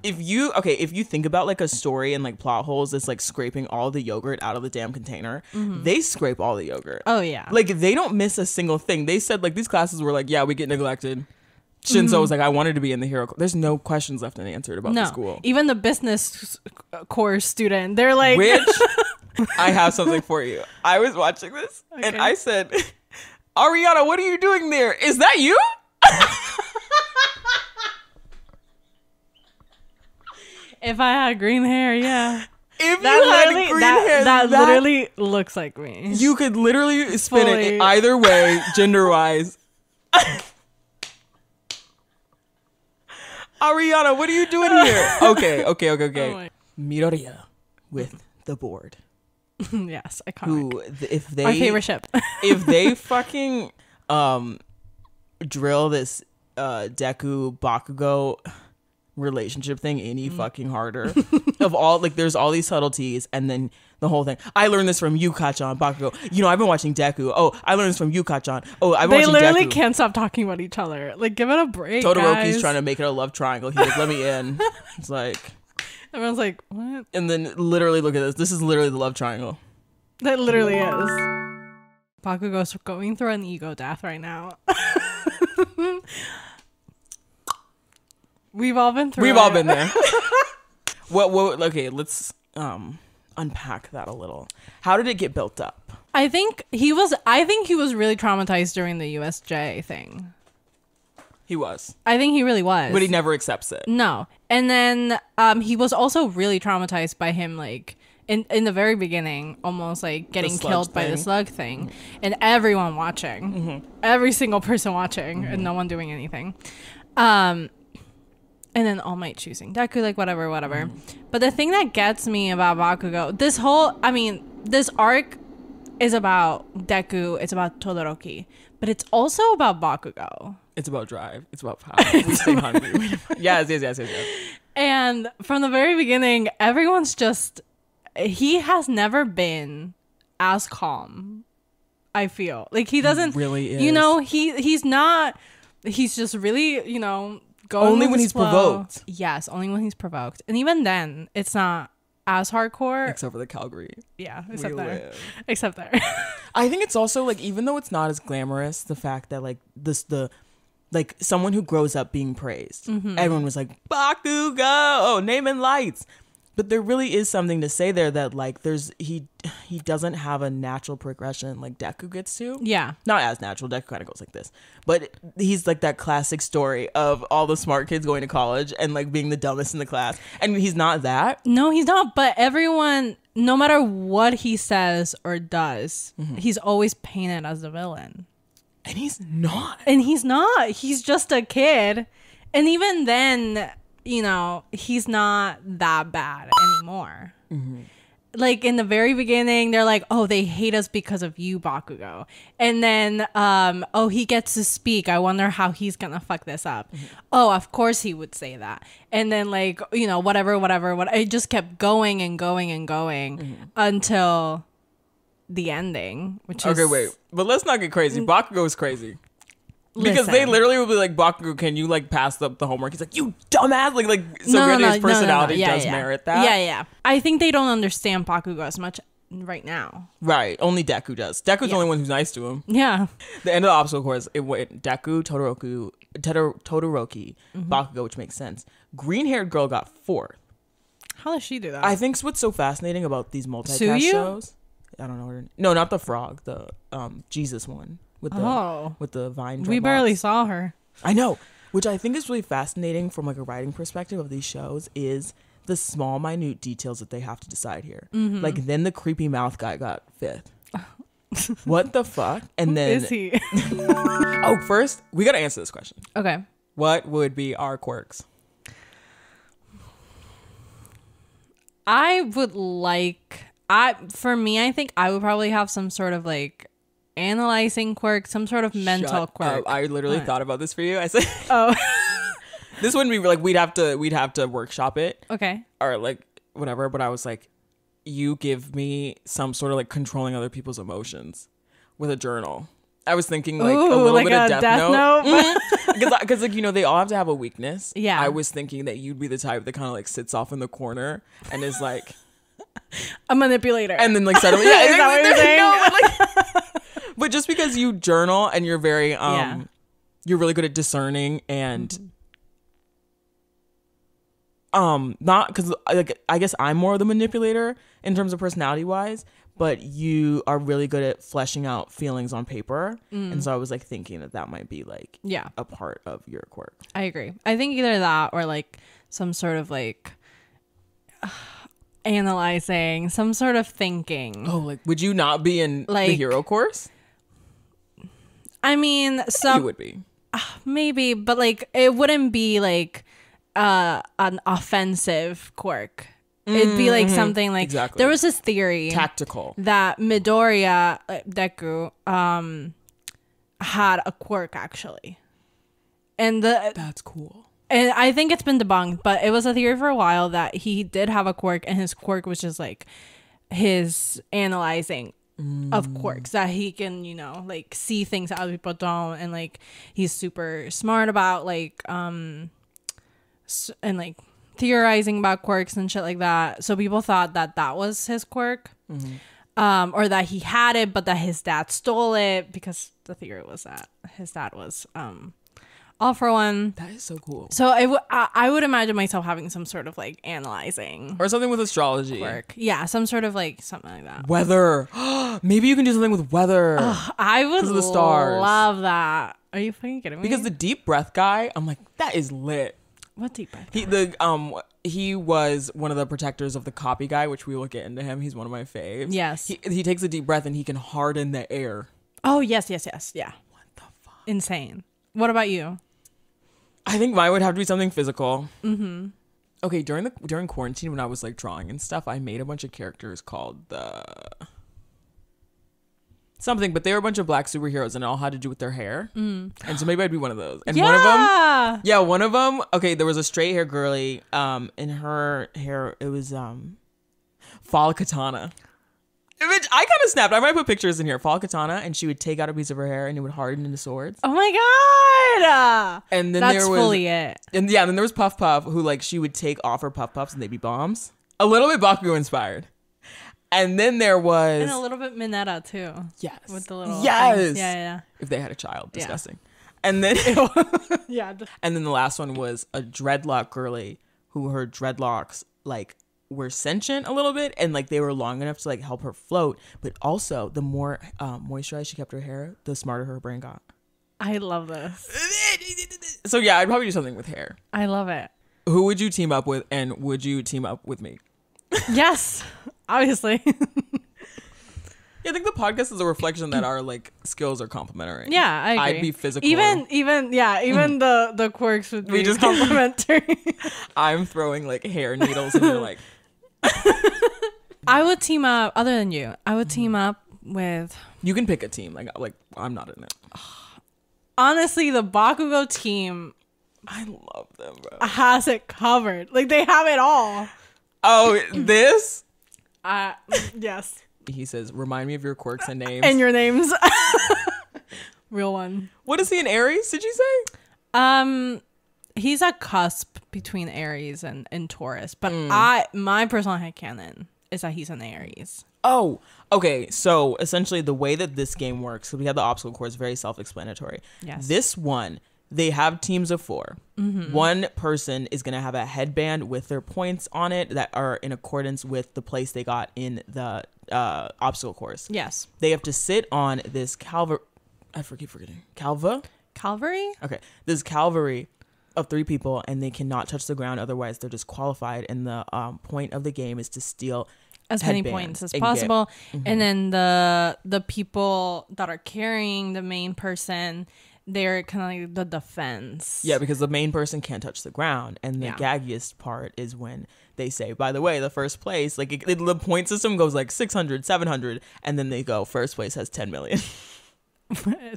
S1: if you okay if you think about like a story and like plot holes. It's like scraping all the yogurt out of the damn container. They scrape all the yogurt.
S2: Mm-hmm. Oh yeah.
S1: Like they don't miss a single thing. They said like these classes were like, yeah, we get neglected. Shinzo was like, I wanted to be in the hero. cl-" There's no questions left unanswered about the
S2: Mm-hmm. no,
S1: school.
S2: even the business course student, they're like, [LAUGHS]
S1: Which I have something for you. I was watching this and
S2: Okay.
S1: I said, [LAUGHS] Ariana, what are you doing there? Is that you?
S2: if I had green hair, yeah,
S1: If
S2: that
S1: [LAUGHS] you had
S2: literally,
S1: green
S2: that,
S1: hair,
S2: that literally looks like me.
S1: you could literally spin it
S2: Fully.
S1: either
S2: [LAUGHS]
S1: way, gender wise. [LAUGHS] Ariana, what are you doing
S2: [LAUGHS]
S1: here? Okay, okay, okay, okay.
S2: Oh my-
S1: Midoriya with the board.
S2: [LAUGHS] yes, I can't.
S1: Who, th- if they
S2: My favorite ship. [LAUGHS]
S1: if they fucking um drill this uh Deku Bakugo relationship thing any
S2: Mm.
S1: fucking
S2: [LAUGHS]
S1: harder of all like there's all these subtleties and then the whole thing I learned this from you Kachan Bakugo you know I've been watching Deku oh I learned this from you Kachan oh I've been
S2: they
S1: watching
S2: literally
S1: Deku
S2: can't stop talking about each other. Like, give it a break.
S1: Todoroki's
S2: guys.
S1: trying to make it a love triangle he's like let me
S2: [LAUGHS]
S1: in it's like
S2: Everyone's like, what?
S1: and then literally look at this this is literally the love triangle
S2: That literally is. Bakugo's going through an ego death right now. [LAUGHS] We've all been through.
S1: We've all
S2: it.
S1: been there. [LAUGHS] what, what? Okay, let's um unpack that a little. How did it get built up?
S2: I think he was. I think he was really traumatized during the USJ thing.
S1: He was,
S2: I think he really was.
S1: but he never accepts it.
S2: No. And then um he was also really traumatized by him like in in the very beginning, almost like getting
S1: sludge
S2: killed by the
S1: thing.
S2: slug thing Mm-hmm. and everyone watching. Every single person watching and no one doing anything. Um and then All Might choosing Deku, like whatever, whatever. But the thing that gets me about Bakugo, this whole I mean, this arc is about Deku, it's about Todoroki, but it's also about Bakugo.
S1: [LAUGHS] It's about drive. It's about [LAUGHS] power. We stay hungry. yes, yes, yes, yes, yes.
S2: And from the very beginning, everyone's just he has never been as calm. I feel like he doesn't
S1: really
S2: You
S1: is.
S2: know, he he's not. He's just really, you know, going
S1: Only
S2: with
S1: when
S2: his
S1: he's
S2: flow.
S1: provoked.
S2: Yes, only when he's provoked, and even then, it's not as hardcore.
S1: Except for the Calgary.
S2: yeah, except
S1: we
S2: there.
S1: live.
S2: [LAUGHS] Except there.
S1: I think it's also like even though it's not as glamorous, the fact that like this the like someone who grows up being praised, everyone was like Bakugo, Oh, name and lights. But there really is something to say there that like there's he he doesn't have a natural progression like Deku gets to.
S2: yeah.
S1: Not as natural. Deku kind of goes like this, but he's like that classic story of all the smart kids going to college and like being the dumbest in the class, and he's not that.
S2: No, he's not. But everyone, no matter what he says or does,
S1: Mm-hmm.
S2: he's always painted as the villain.
S1: And he's not.
S2: and he's not he's just a kid and even then you know he's not that bad anymore
S1: Mm-hmm.
S2: like in the very beginning they're like oh they hate us because of you bakugo and then um oh he gets to speak i wonder how he's gonna fuck this up
S1: Mm-hmm.
S2: oh of course he would say that and then like you know whatever whatever what it just kept going and going and going
S1: Mm-hmm.
S2: until the ending which
S1: Okay,
S2: is
S1: wait, but let's not get crazy. Bakugo is crazy. Because they
S2: Listen.
S1: literally would be like, Bakugo, can you like pass up the homework? He's like, you dumbass! Like, like so really his personality
S2: Yeah,
S1: does
S2: yeah.
S1: merit that.
S2: Yeah, yeah. I think they don't understand Bakugo as much right now.
S1: Right. Only Deku does. Deku's the
S2: Yeah.
S1: only one who's nice to him.
S2: Yeah.
S1: The end of the obstacle course, it went Deku, Todoroku, Todor- Todoroki, Bakugo, which makes sense. Green haired girl got fourth.
S2: How does she do that?
S1: I think what's so fascinating about these multicast
S2: Suyu?
S1: shows. I don't know. Her, no, not the frog. The um Jesus one with the
S2: Oh.
S1: with the vine.
S2: we
S1: dreadlocks.
S2: barely saw her.
S1: I know, which I think is really fascinating from like a writing perspective of these shows is the small, minute details that they have to decide here.
S2: Mm-hmm.
S1: Like then the creepy mouth guy got fifth. what the
S2: [LAUGHS]
S1: fuck? And then [LAUGHS]
S2: Is he?
S1: oh, first we gotta answer this question.
S2: okay.
S1: What would be our quirks?
S2: I would like I for me I think I would probably have some sort of like analyzing quirk, some sort of mental
S1: Shut
S2: quirk.
S1: up. I literally
S2: Alright.
S1: thought about this for you. I said [LAUGHS]
S2: [LAUGHS] oh,
S1: this wouldn't be like we'd have to we'd have to workshop it
S2: okay.
S1: or like whatever. But I was like, you give me some sort of like controlling other people's emotions with a journal. I was thinking like a little bit of death, [LAUGHS] note. Mm-hmm. Because, because like you know, they all have to have a weakness.
S2: Yeah.
S1: I was thinking that you'd be the type that kind of like sits off in the corner and is like,
S2: a manipulator.
S1: and then like
S2: [LAUGHS]
S1: suddenly,
S2: Is that what you're saying?
S1: No, but, like- but just because you journal and you're very, um,
S2: Yeah.
S1: you're really good at discerning and, um, not because like I guess I'm more of the manipulator in terms of personality wise, but you are really good at fleshing out feelings on paper, and so I was like thinking that that might be like
S2: yeah,
S1: a part of your quirk.
S2: I agree. I think either that or like some sort of like [SIGHS] analyzing, some sort of thinking.
S1: Oh, like would you not be in
S2: Like-
S1: the hero course?
S2: I mean,
S1: you
S2: some
S1: would be.
S2: maybe, but like it wouldn't be like uh an offensive quirk. It'd be like something like
S1: Mm-hmm. Exactly.
S2: there was this theory
S1: Tactical.
S2: that Midoriya uh, Deku um had a quirk actually. And the
S1: That's cool.
S2: and I think it's been debunked, but it was a theory for a while that he did have a quirk and his quirk was just like his analyzing of quirks that he can, you know, like see things that other people don't and like he's super smart about like um s- and like theorizing about quirks and shit like that. So people thought that that was his quirk um, or that he had it, but that his dad stole it because the theory was that his dad was um, all for one.
S1: That is so cool.
S2: So I, w- I I would imagine myself having some sort of like analyzing
S1: Or something with astrology.
S2: work. Yeah, some sort of like something like that.
S1: Weather. [GASPS] Maybe you can do something with weather.
S2: I would
S1: of the stars.
S2: love that. Are you fucking kidding me?
S1: because the deep breath guy, I'm like, that is lit.
S2: what deep breath?
S1: He the um he was one of the protectors of the copy guy, which we will get into him. He's one of my faves.
S2: Yes.
S1: He he takes a deep breath and he can harden the air.
S2: Oh yes, yes, yes. Yeah. What the fuck? Insane. What about you?
S1: I think mine would have to be something physical. Mm-hmm. Okay, during the during quarantine when I was like drawing and stuff, I made a bunch of characters called the something, but they were a bunch of black superheroes and it all had to do with their hair. Mm. And so maybe I'd be one of those. And one of them
S2: Yeah!
S1: Yeah, one of them. Okay, there was a straight hair girly. Um, and her hair it was um, fall katana. Which I kind of snapped. I might put pictures in here. Fall katana, and she would take out a piece of her hair, and it would harden into swords.
S2: Oh my god.
S1: And then
S2: That's
S1: there was,
S2: fully it.
S1: and yeah, then there was Puff Puff, who like she would take off her puff puffs, and they'd be bombs. A little bit Bakugo inspired. And then there was
S2: And a little bit Minetta too.
S1: yes,
S2: With the little
S1: yes,
S2: things. Yeah, yeah.
S1: If they had a child,
S2: Yeah.
S1: disgusting. And then [LAUGHS]
S2: Yeah. Yeah,
S1: And then the last one was a dreadlock girly who her dreadlocks like were sentient a little bit and like they were long enough to like help her float, but also the more um, moisturized she kept her hair, the smarter her brain got.
S2: I love this.
S1: So yeah, I'd probably do something with hair.
S2: I love it.
S1: Who would you team up with and would you team up with me?
S2: Yes. Obviously.
S1: Yeah, I think the podcast is a reflection that our like skills are complementary.
S2: Yeah, I agree.
S1: I'd be physical.
S2: Even even
S1: [LAUGHS]
S2: yeah, even the the quirks would
S1: We
S2: be [LAUGHS]
S1: just-
S2: just complimentary.
S1: I'm throwing like hair needles and you're like
S2: I would team up other than you. I would team up with
S1: you can pick a team. Like like I'm not in it.
S2: honestly the Bakugo team
S1: I love them, bro.
S2: has it covered. Like they have it all.
S1: Oh, this
S2: Uh yes.
S1: he says, "Remind me of your quirks and names."
S2: And your names. [LAUGHS] Real one.
S1: what is he an Aries? Did you say?
S2: Um he's a cusp between Aries and, and Taurus, but
S1: Mm.
S2: I my personal headcanon is that he's an Aries.
S1: Oh, okay. So essentially, the way that this game works, because we had the obstacle course, very self-explanatory.
S2: Yes. Mm-hmm.
S1: This one, they have teams of 4 One person is going to have a headband with their points on it that are in accordance with the place they got in the uh, obstacle course.
S2: Yes.
S1: They have to sit on this calva. I forget forgetting calva.
S2: Calvary?
S1: Okay, this Calvary of three people and they cannot touch the ground otherwise they're disqualified and the um, point of the game is to steal
S2: as many
S1: headbands
S2: points as
S1: and get-
S2: possible
S1: mm-hmm.
S2: and then the the people that are carrying the main person they're kind of like the defense
S1: yeah because the main person can't touch the ground and the
S2: Yeah.
S1: gaggiest part is when they say by the way the first place like it, the point system goes like 600 700 and then they go first place has 10 million [LAUGHS]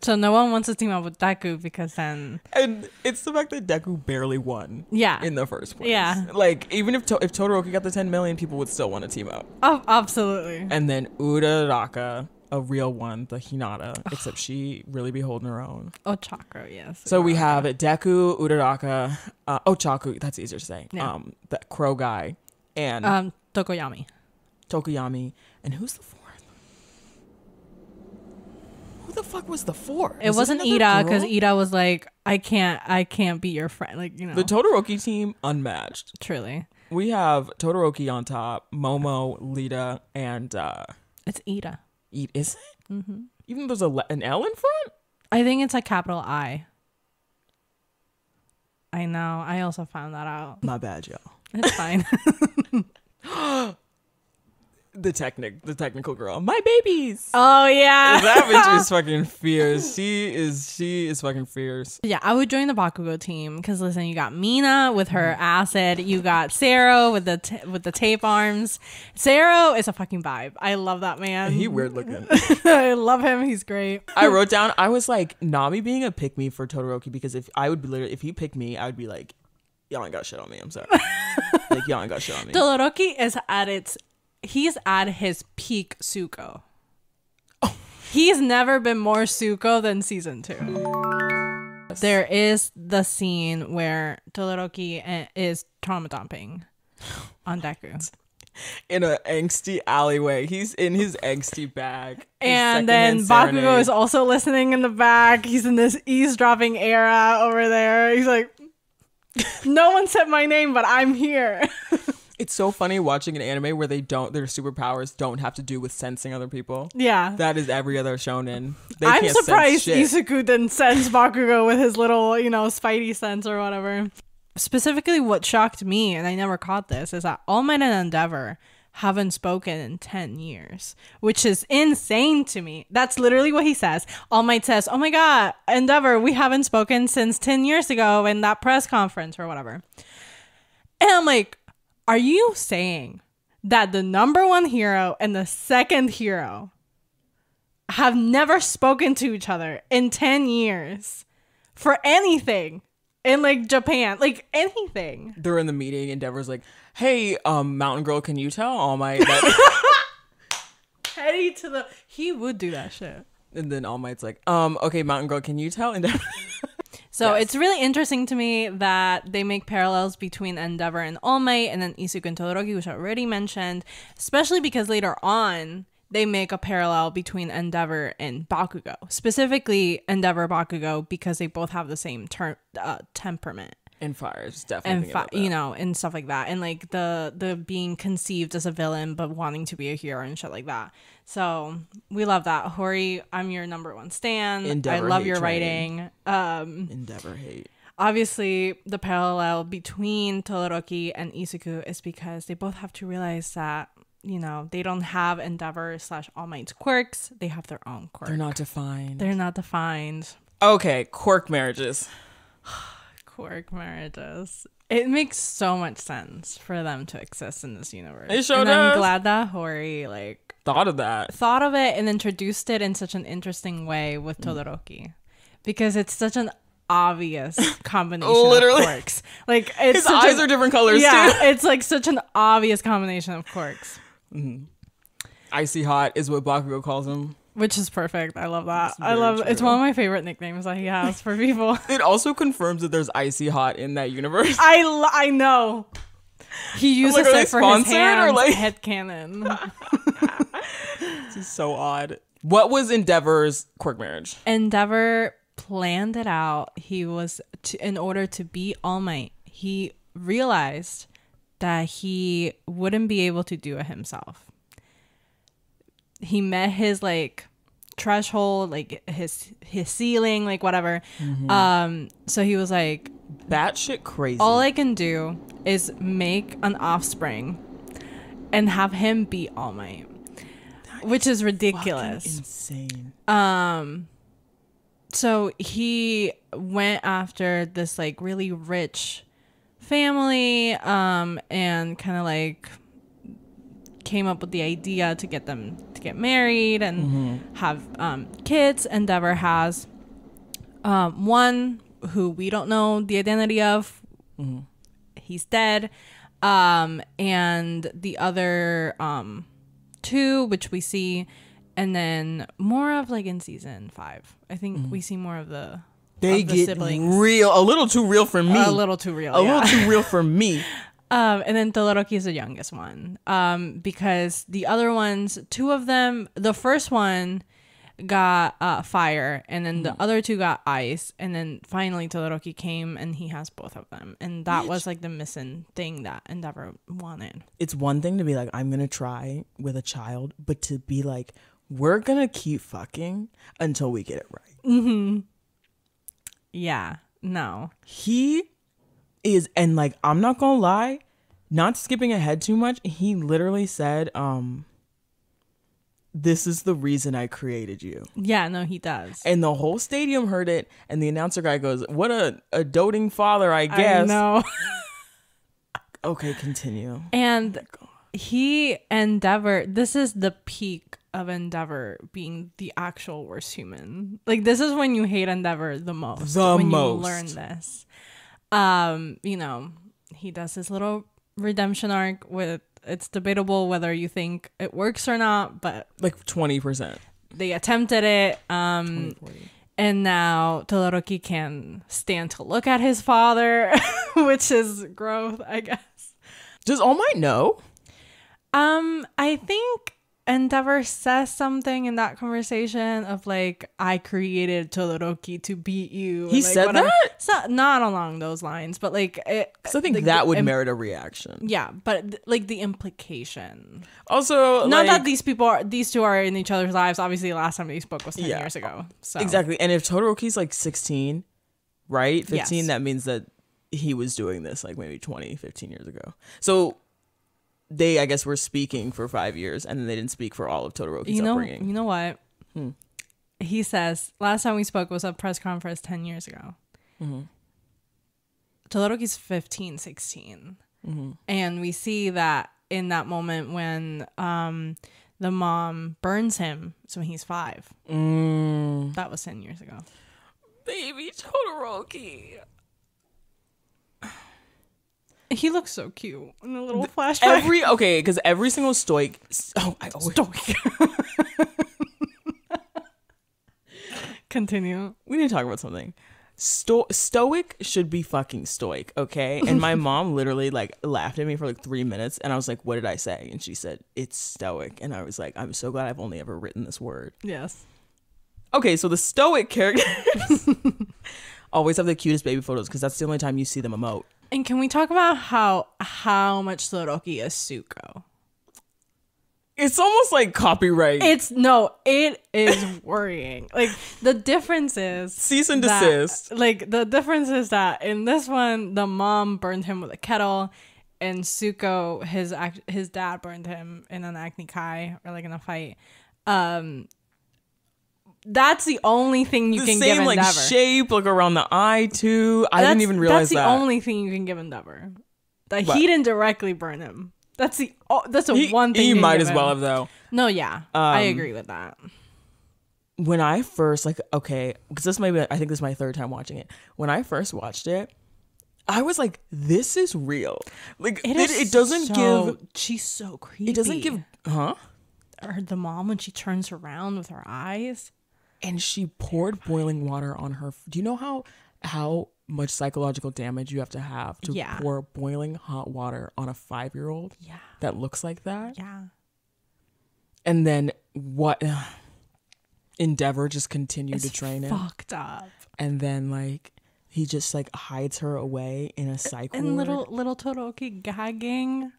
S2: so no one wants to team up with Deku because then
S1: and it's the fact that Deku barely won
S2: yeah
S1: in the first place
S2: Yeah.
S1: like even if to- if Todoroki got the 10 million people would still want to team up
S2: Ab- absolutely
S1: and then Uraraka a real one the Hinata except she really be holding her own
S2: oh chakra yes
S1: So we have Deku, Uraraka, uh, Ochaku, that's easier to say,
S2: Yeah.
S1: um, the crow guy, and
S2: um Tokoyami
S1: Tokoyami. And who's the fourth? Who the fuck was the fourth?
S2: it
S1: Was
S2: wasn't
S1: another
S2: Ida E- because
S1: girl?
S2: Ida was like I can't I can't be your friend like you know
S1: The Todoroki team, unmatched.
S2: truly
S1: We have Todoroki on top, Momo, Lita, and uh,
S2: it's Ida
S1: Eat, is it? Mm-hmm. Even though there's a, le- an L in front?
S2: I think it's a capital I I know I also found that out
S1: My bad, y'all. [LAUGHS]
S2: it's fine
S1: The technic, the technical girl. My babies.
S2: oh
S1: [LAUGHS]
S2: yeah
S1: that bitch is fucking fierce. She is. She is fucking fierce.
S2: Yeah, I would join the Bakugo team because listen, you got Mina with her acid, you got Sarah with the t- with the tape arms. Sarah is a fucking vibe. I love that man. [LAUGHS]
S1: He weird looking.
S2: I love him. He's great.
S1: I wrote down. I was like Nami being a pick me for Todoroki because if I would be literally if he picked me, I would be like, y'all ain't got shit on me. I'm sorry. like y'all ain't got shit on me.
S2: Todoroki is at its he's at his peak Suko. Oh. He's never been more Suko than season 2. There is the scene where Todoroki eh, is trauma dumping on Deku.
S1: In an angsty alleyway, he's in his angsty bag. His
S2: And then
S1: secondhand
S2: Bakugo is
S1: serenade.
S2: also listening in the back. He's in this eavesdropping era over there. He's like, [LAUGHS] no one said my name, but I'm here. [LAUGHS]
S1: It's so funny watching an anime where they don't their superpowers don't have to do with sensing other people.
S2: yeah.
S1: That is every other shonen. They
S2: I'm
S1: can't sense
S2: surprised
S1: shit.
S2: Izuku
S1: [LAUGHS]
S2: didn't sense Bakugo with his little, you know, Spidey sense or whatever. Specifically, what shocked me, and I never caught this, is that All Might and Endeavor haven't spoken in 10 years, which is insane to me. That's literally what he says. All Might says, Oh my God, Endeavor, we haven't spoken since 10 years ago in that press conference or whatever. And I'm like, Are you saying that the number one hero and the second hero have never spoken to each other in 10 years for anything in like Japan, like anything.
S1: they're in the meeting and Deborah's like, "Hey, um, Mountain Girl, can you tell All Might?"
S2: [LAUGHS]
S1: That,
S2: Teddy to the he would do that shit.
S1: and then All Might's like, "Um, okay, Mountain Girl, can you tell?" And Deborah, [LAUGHS]
S2: So it's really interesting to me that they make parallels between Endeavor and All Might and then Isuku and Todoroki, which I already mentioned, especially because later on they make a parallel between Endeavor and Bakugo, specifically Endeavor Bakugo, because they both have the same ter- uh, temperament.
S1: and fires definitely.
S2: and
S1: thinking
S2: fi-
S1: about that.
S2: you know and stuff like that and like the the being conceived as a villain but wanting to be a hero and shit like that so we love that hori i'm your number one stan
S1: Endeavor
S2: i love
S1: hate
S2: your
S1: train.
S2: writing um
S1: Endeavor hate.
S2: obviously the parallel between todoroki and Isuku is because they both have to realize that you know they don't have endeavor slash all might's quirks they have their own quirks
S1: They're not defined.
S2: they're not defined
S1: okay, quirk marriages.
S2: quirk marriages. It makes so much sense for them to exist in this universe.
S1: It sure
S2: and
S1: does.
S2: I'm glad that Hori like
S1: Thought of that.
S2: thought of it and introduced it in such an interesting way with
S1: Mm.
S2: Todoroki, because it's such an obvious
S1: [LAUGHS]
S2: combination
S1: Literally.
S2: of quirks. Like it's
S1: His
S2: such
S1: eyes
S2: an-
S1: are different colors
S2: Yeah,
S1: too.
S2: it's like such an obvious combination of quirks,
S1: Icy hot is what Bakugo calls him.
S2: which is perfect. I love that. I
S1: very
S2: love. It's
S1: true.
S2: one of my favorite nicknames that he has
S1: [LAUGHS]
S2: for people.
S1: It also confirms that there's icy hot in that universe. [LAUGHS]
S2: I lo- I know. He uses
S1: like, are they
S2: it for his
S1: sponsored or,
S2: hands,
S1: like-
S2: head cannon.
S1: It's so odd. What was Endeavor's quirk marriage?
S2: Endeavor planned it out. He was to, in order to be All Might. He realized that he wouldn't be able to do it himself. He met his like threshold, like his his ceiling, like whatever. Um, so he was like,
S1: batshit crazy.
S2: All I can do is make an offspring and have him be All Might, which is
S1: Fucking
S2: ridiculous.
S1: insane.
S2: So he went after this like really rich family um and kind of like came up with the idea to get them to get married and have um, kids endeavor has um, one who we don't know the identity of he's dead um, and the other um, two which we see and then more of like in season five i think
S1: Mm-hmm.
S2: we see more of the
S1: They
S2: of the
S1: get
S2: siblings.
S1: real, a little too real for me.
S2: a little too real
S1: a
S2: yeah.
S1: little too real for me.
S2: [LAUGHS] Um, and then Todoroki is the youngest one. Um, because the other ones, two of them, the first one got uh, fire, and then
S1: Mm.
S2: the other two got ice, and then finally Todoroki came and he has both of them. And that was like the missing thing that Endeavor wanted.
S1: It's one thing to be like, I'm gonna try with a child, but to be like, we're gonna keep fucking until we get it right.
S2: Yeah, no.
S1: he is and like i'm not gonna lie not skipping ahead too much he literally said um this is the reason i created you
S2: Yeah, no, he does.
S1: and the whole stadium heard it and the announcer guy goes what a, a doting father i guess
S2: No.
S1: okay continue Oh
S2: And he Endeavor. This is the peak of Endeavor being the actual worst human. Like this is when you hate Endeavor the most.
S1: The
S2: when
S1: most.
S2: you learn this. Um, you know, he does his little redemption arc with it's debatable whether you think it works or not, but
S1: like 20%
S2: they attempted it. Um and now Todoroki can stand to look at his father, [LAUGHS] which is growth, I guess.
S1: does all might know
S2: Um, I think Endeavor says something in that conversation of like, "I created Todoroki to beat you."
S1: He
S2: like,
S1: said
S2: whatever.
S1: that?
S2: It's not, not along those lines, but like, it,
S1: so i think
S2: like,
S1: that
S2: the
S1: would
S2: im-
S1: merit a reaction
S2: Yeah, but th- like the implication.
S1: also
S2: Not
S1: like,
S2: that these people are these two are in each other's lives. Obviously, the last time they spoke was ten
S1: Yeah.
S2: years ago. So
S1: exactly and if todoroki's like 16 right 15
S2: Yes.
S1: that means that he was doing this like maybe 20 15 years ago so they i guess were speaking for five years and then they didn't speak for all of todoroki's
S2: you know,
S1: upbringing
S2: you know what? He says last time we spoke was a press conference ten years ago. Mm-hmm. Todoroki's 15, 16. Mm-hmm. and we see that in that moment when um, the mom burns him, so he's five. That was ten years ago.
S1: baby todoroki
S2: He looks so cute in the little flashback.
S1: every okay because every single stoic oh i always
S2: [LAUGHS] Continue.
S1: we need to talk about something. Sto- stoic should be fucking stoic, okay? And
S2: [LAUGHS]
S1: my mom literally like laughed at me for like three minutes, and I was like, "What did I say?" And she said, "It's stoic," and I was like, "I'm so glad I've only ever written this word."
S2: Yes.
S1: Okay, so the stoic characters [LAUGHS] always have the cutest baby photos because that's the only time you see them emote.
S2: And can we talk about how how much Todoroki is Suko?
S1: It's almost like copyright.
S2: It's no, it is worrying. Like the difference is
S1: Cease and
S2: that-
S1: desist.
S2: like the difference is that in this one, the mom burned him with a kettle, and Suko, his ac- his dad burned him in an acne kai or like in a fight. Um, that's the only thing you
S1: the
S2: can
S1: same
S2: give
S1: like
S2: Endeavor.
S1: shape, like around the eye too. I
S2: that's,
S1: didn't even realize
S2: that's the
S1: that.
S2: only thing you can give Endeavor. That
S1: What?
S2: he didn't directly burn him. That's the oh, that's the
S1: he,
S2: one thing
S1: he
S2: you can
S1: might
S2: give
S1: as well
S2: him.
S1: have Um, though.
S2: No, yeah, I agree with that.
S1: when I first like okay, because this may be I think this is my third time watching it. When I first watched it, I was like, "This is real." Like it, it, doesn't give
S2: She's so creepy.
S1: it doesn't give huh?
S2: her the mom when she turns around with her eyes.
S1: And she poured boiling water on her. Do you know how how much psychological damage you have to have to
S2: Yeah.
S1: pour boiling hot water on a five year old
S2: Yeah,
S1: that looks like that?
S2: yeah.
S1: And then what? [SIGHS] Endeavor just continued to train him,
S2: Fucked up.
S1: and then like he just like hides her away in a cycle.
S2: And little little Todoroki gagging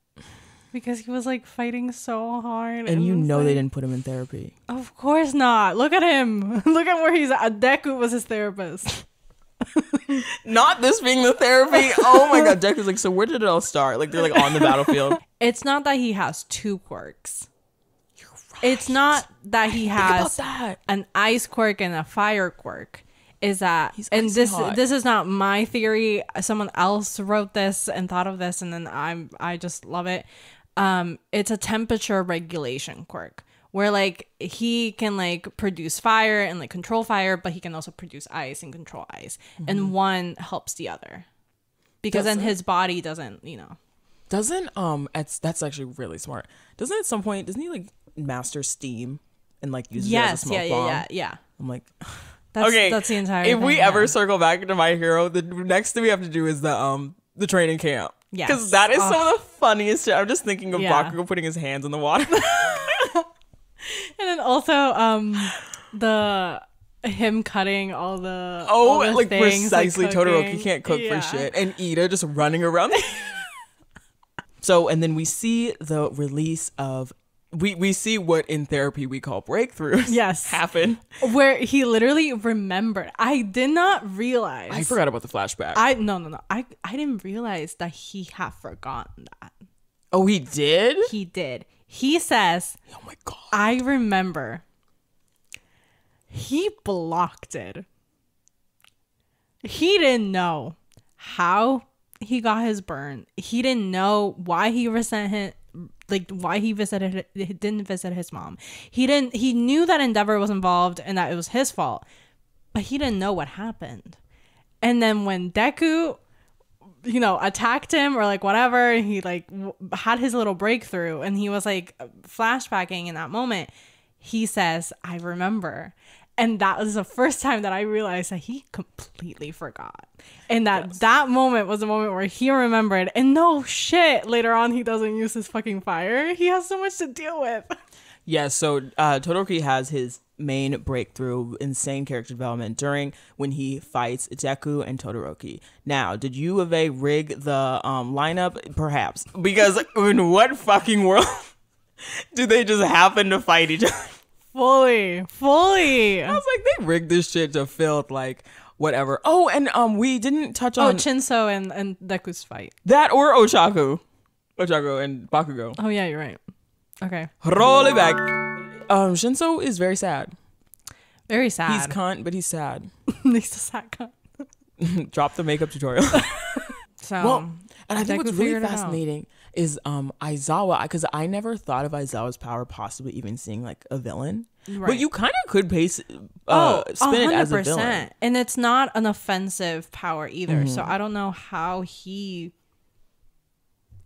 S2: because he was like fighting so hard.
S1: And you
S2: it's
S1: know they
S2: like,
S1: didn't put him in therapy.
S2: Of [LAUGHS] course not. Look at him. Look at where he's at. Deku was his therapist.
S1: Not this being the [LAUGHS] therapy. Oh my god, Dexter's like, so where did it all start? Like they're like [LAUGHS] on the battlefield.
S2: It's not that he has two quirks. It's not that he
S1: About
S2: has
S1: that.
S2: an ice quirk and a fire quirk is that
S1: He's
S2: and
S1: icy
S2: this
S1: hot.
S2: this is not my theory someone else wrote this and thought of this and then i'm i just love it um it's a temperature regulation quirk where like he can like produce fire and like control fire but he can also produce ice and control ice and one helps the other because
S1: Mm-hmm. Does
S2: then his body doesn't you know
S1: Doesn't um it's that's actually really smart. Doesn't at some point doesn't he like master steam and like use it as a
S2: yes
S1: smoke
S2: yeah yeah
S1: bomb?
S2: yeah yeah
S1: I'm like
S2: that's
S1: okay,
S2: that's the entire
S1: If we
S2: thing, yeah.
S1: ever circle back to my hero, the next thing we have to do is the um the training camp.
S2: Yes.
S1: because that is some of the funniest shit. I'm just thinking of
S2: Yeah.
S1: Bakugo putting his hands in the water.
S2: And then also um the him cutting all the all
S1: oh,
S2: the
S1: like
S2: things, like,
S1: precisely Todoroki
S2: cooking.
S1: can't cook
S2: Yeah.
S1: for shit, and Ida just running [LAUGHS] around. so, and then we see the release of we we see what in therapy we call breakthroughs.
S2: Yes.
S1: [LAUGHS] happen.
S2: Where he literally remembered. I did not realize.
S1: I forgot about the flashback.
S2: I no no no. I I didn't realize that he had forgotten that
S1: oh, he did.
S2: he did. He says,
S1: Oh my god.
S2: "I remember." He blocked it. he didn't know how he got his burn. He didn't know why he resent him. Like why he visited, he didn't visit his mom. He didn't. He knew that Endeavor was involved and that it was his fault, but he didn't know what happened. And then when Deku, you know, attacked him or like whatever, he like w- had his little breakthrough and he was like flashbacking in that moment. He says, "I remember," and that was the first time that I realized that he completely forgot, and that that moment was the moment where he remembered. And no shit, later on he doesn't use his fucking fire. He has so much to deal with. [LAUGHS]
S1: Yeah, so uh, Todoroki has his main breakthrough, insane character development during when he fights Deku and Todoroki. Now, did you Uve rig the um, lineup? Perhaps. Because in what fucking world [LAUGHS] do they just happen to fight each other? [LAUGHS] I
S2: Fully, fully.
S1: was like, they rigged this shit to field, like, whatever. Oh, and um, we didn't touch
S2: Oh,
S1: on
S2: Chinso and and Deku's fight.
S1: that or Ochaku. Ochaku and Bakugo.
S2: Oh yeah, you're right. Okay,
S1: Roll it back. Um, Shinso is very sad.
S2: very sad.
S1: He's cunt, but he's sad.
S2: [LAUGHS] He's a sad guy.
S1: Drop the makeup tutorial.
S2: So
S1: Well, Oh, and I think
S2: Deku
S1: what's really
S2: figured it out.
S1: fascinating is um Aizawa because I never thought of Aizawa's power possibly even seeing like a villain, but
S2: Right. Oh,
S1: you kind of could pace uh,
S2: a
S1: spin it
S2: hundred
S1: as a villain.
S2: percent. And it's not an offensive power either. So
S1: Mm-hmm.
S2: I don't know how he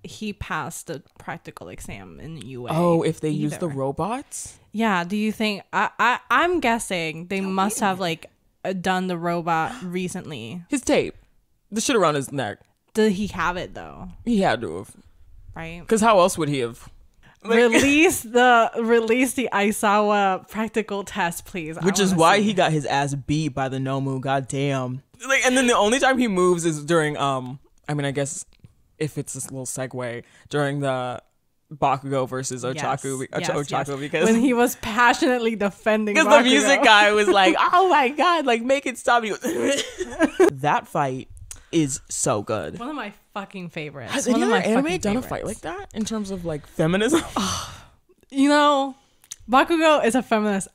S2: he passed the practical exam in the UA.
S1: Oh, if they use the
S2: either.
S1: robots,
S2: yeah. Do you think I, I I'm guessing they must have like uh, done the robot recently?
S1: his tape, the shit around his neck,
S2: Did he have it though?
S1: he had to have
S2: Right.
S1: because how else would he have?
S2: [LAUGHS] release the release the Aisawa practical test, please. I
S1: Which is
S2: wanna
S1: why
S2: see.
S1: he got his ass beat by the Nomu. Goddamn. Like, and then the only time he moves is during um. I mean, I guess if it's this little segue during the Bakugo versus Ochaku,
S2: Yes,
S1: Ocha-
S2: yes, yes.
S1: Ochaku because
S2: when he was passionately defending
S1: because the
S2: Bakugo.
S1: music guy
S2: [LAUGHS]
S1: was like, "Oh my god, like make it stop!" He goes, [LAUGHS] that fight is so good.
S2: One of my fucking favorites.
S1: Has
S2: One
S1: any
S2: of
S1: other
S2: my
S1: anime
S2: fucking
S1: done a
S2: favorites.
S1: fight like that in terms of
S2: [LAUGHS]
S1: like feminism?
S2: You know, Bakugo is a feminist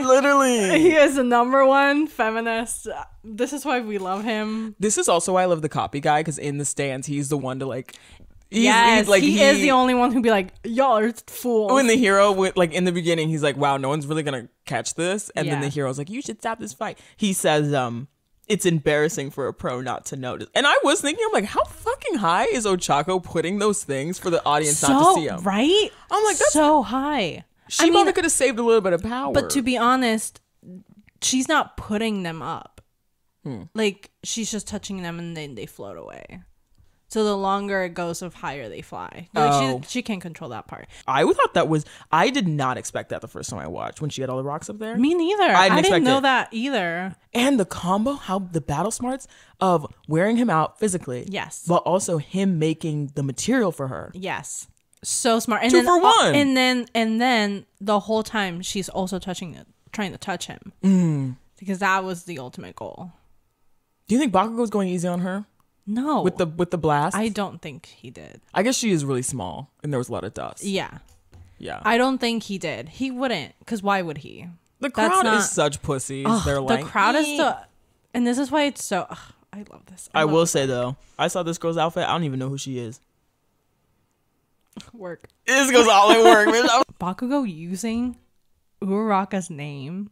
S1: [LAUGHS] Literally.
S2: He is the number one feminist. This is why we love him.
S1: This is also why I love the copy guy because in the stands he's the one to like. He's,
S2: yes,
S1: he's, like Oh,
S2: he, is the only one who'd be like, "Y'all are fools."
S1: When the hero went like in the beginning, he's like, "Wow, no one's really gonna catch this," and then the
S2: Yeah.
S1: hero's like, "You should stop this fight." He says, "Um, it's embarrassing for a pro not to notice." And I was thinking, I'm like, how fucking high is Ochako putting those things for the audience not to
S2: so
S1: see him?
S2: right?
S1: I'm like, that's-
S2: so high.
S1: She
S2: I mean,
S1: probably could have saved a little bit of power.
S2: but to be honest, she's not putting them up.
S1: Hmm.
S2: Like she's just touching them and then they float away. So the longer it goes, the higher they fly. Like
S1: Oh.
S2: she, she can't control that part.
S1: I thought that was I did not expect that the first time I watched when she had all the rocks up there.
S2: Me neither.
S1: I didn't
S2: I didn't,
S1: expect
S2: know
S1: it.
S2: that either.
S1: and the combo, how the battle smarts of wearing him out physically,
S2: Yes.
S1: but also him making the material for her.
S2: Yes. So smart. And
S1: Two
S2: then,
S1: for one.
S2: and then and then the whole time she's
S1: Mm.
S2: also touching it, trying to touch him. Because that was the ultimate goal.
S1: Do you think Bakugo's going easy on her
S2: No.
S1: with the with the blast?
S2: I don't think he did.
S1: I guess she is really small, and there was a lot of dust.
S2: Yeah.
S1: Yeah,
S2: I don't think he did. He wouldn't, because why would he?
S1: the
S2: that's
S1: crowd
S2: not-
S1: is such pussies.
S2: Ugh,
S1: They're like
S2: the crowd is
S1: "Eh."
S2: so, and this is why it's so. ugh, I love this.
S1: I
S2: love
S1: will say though, I saw this girl's outfit. I don't even know who she is.
S2: work.
S1: [LAUGHS] This girl's all at work. [LAUGHS] bitch. I was-
S2: Bakugo using Uraraka's name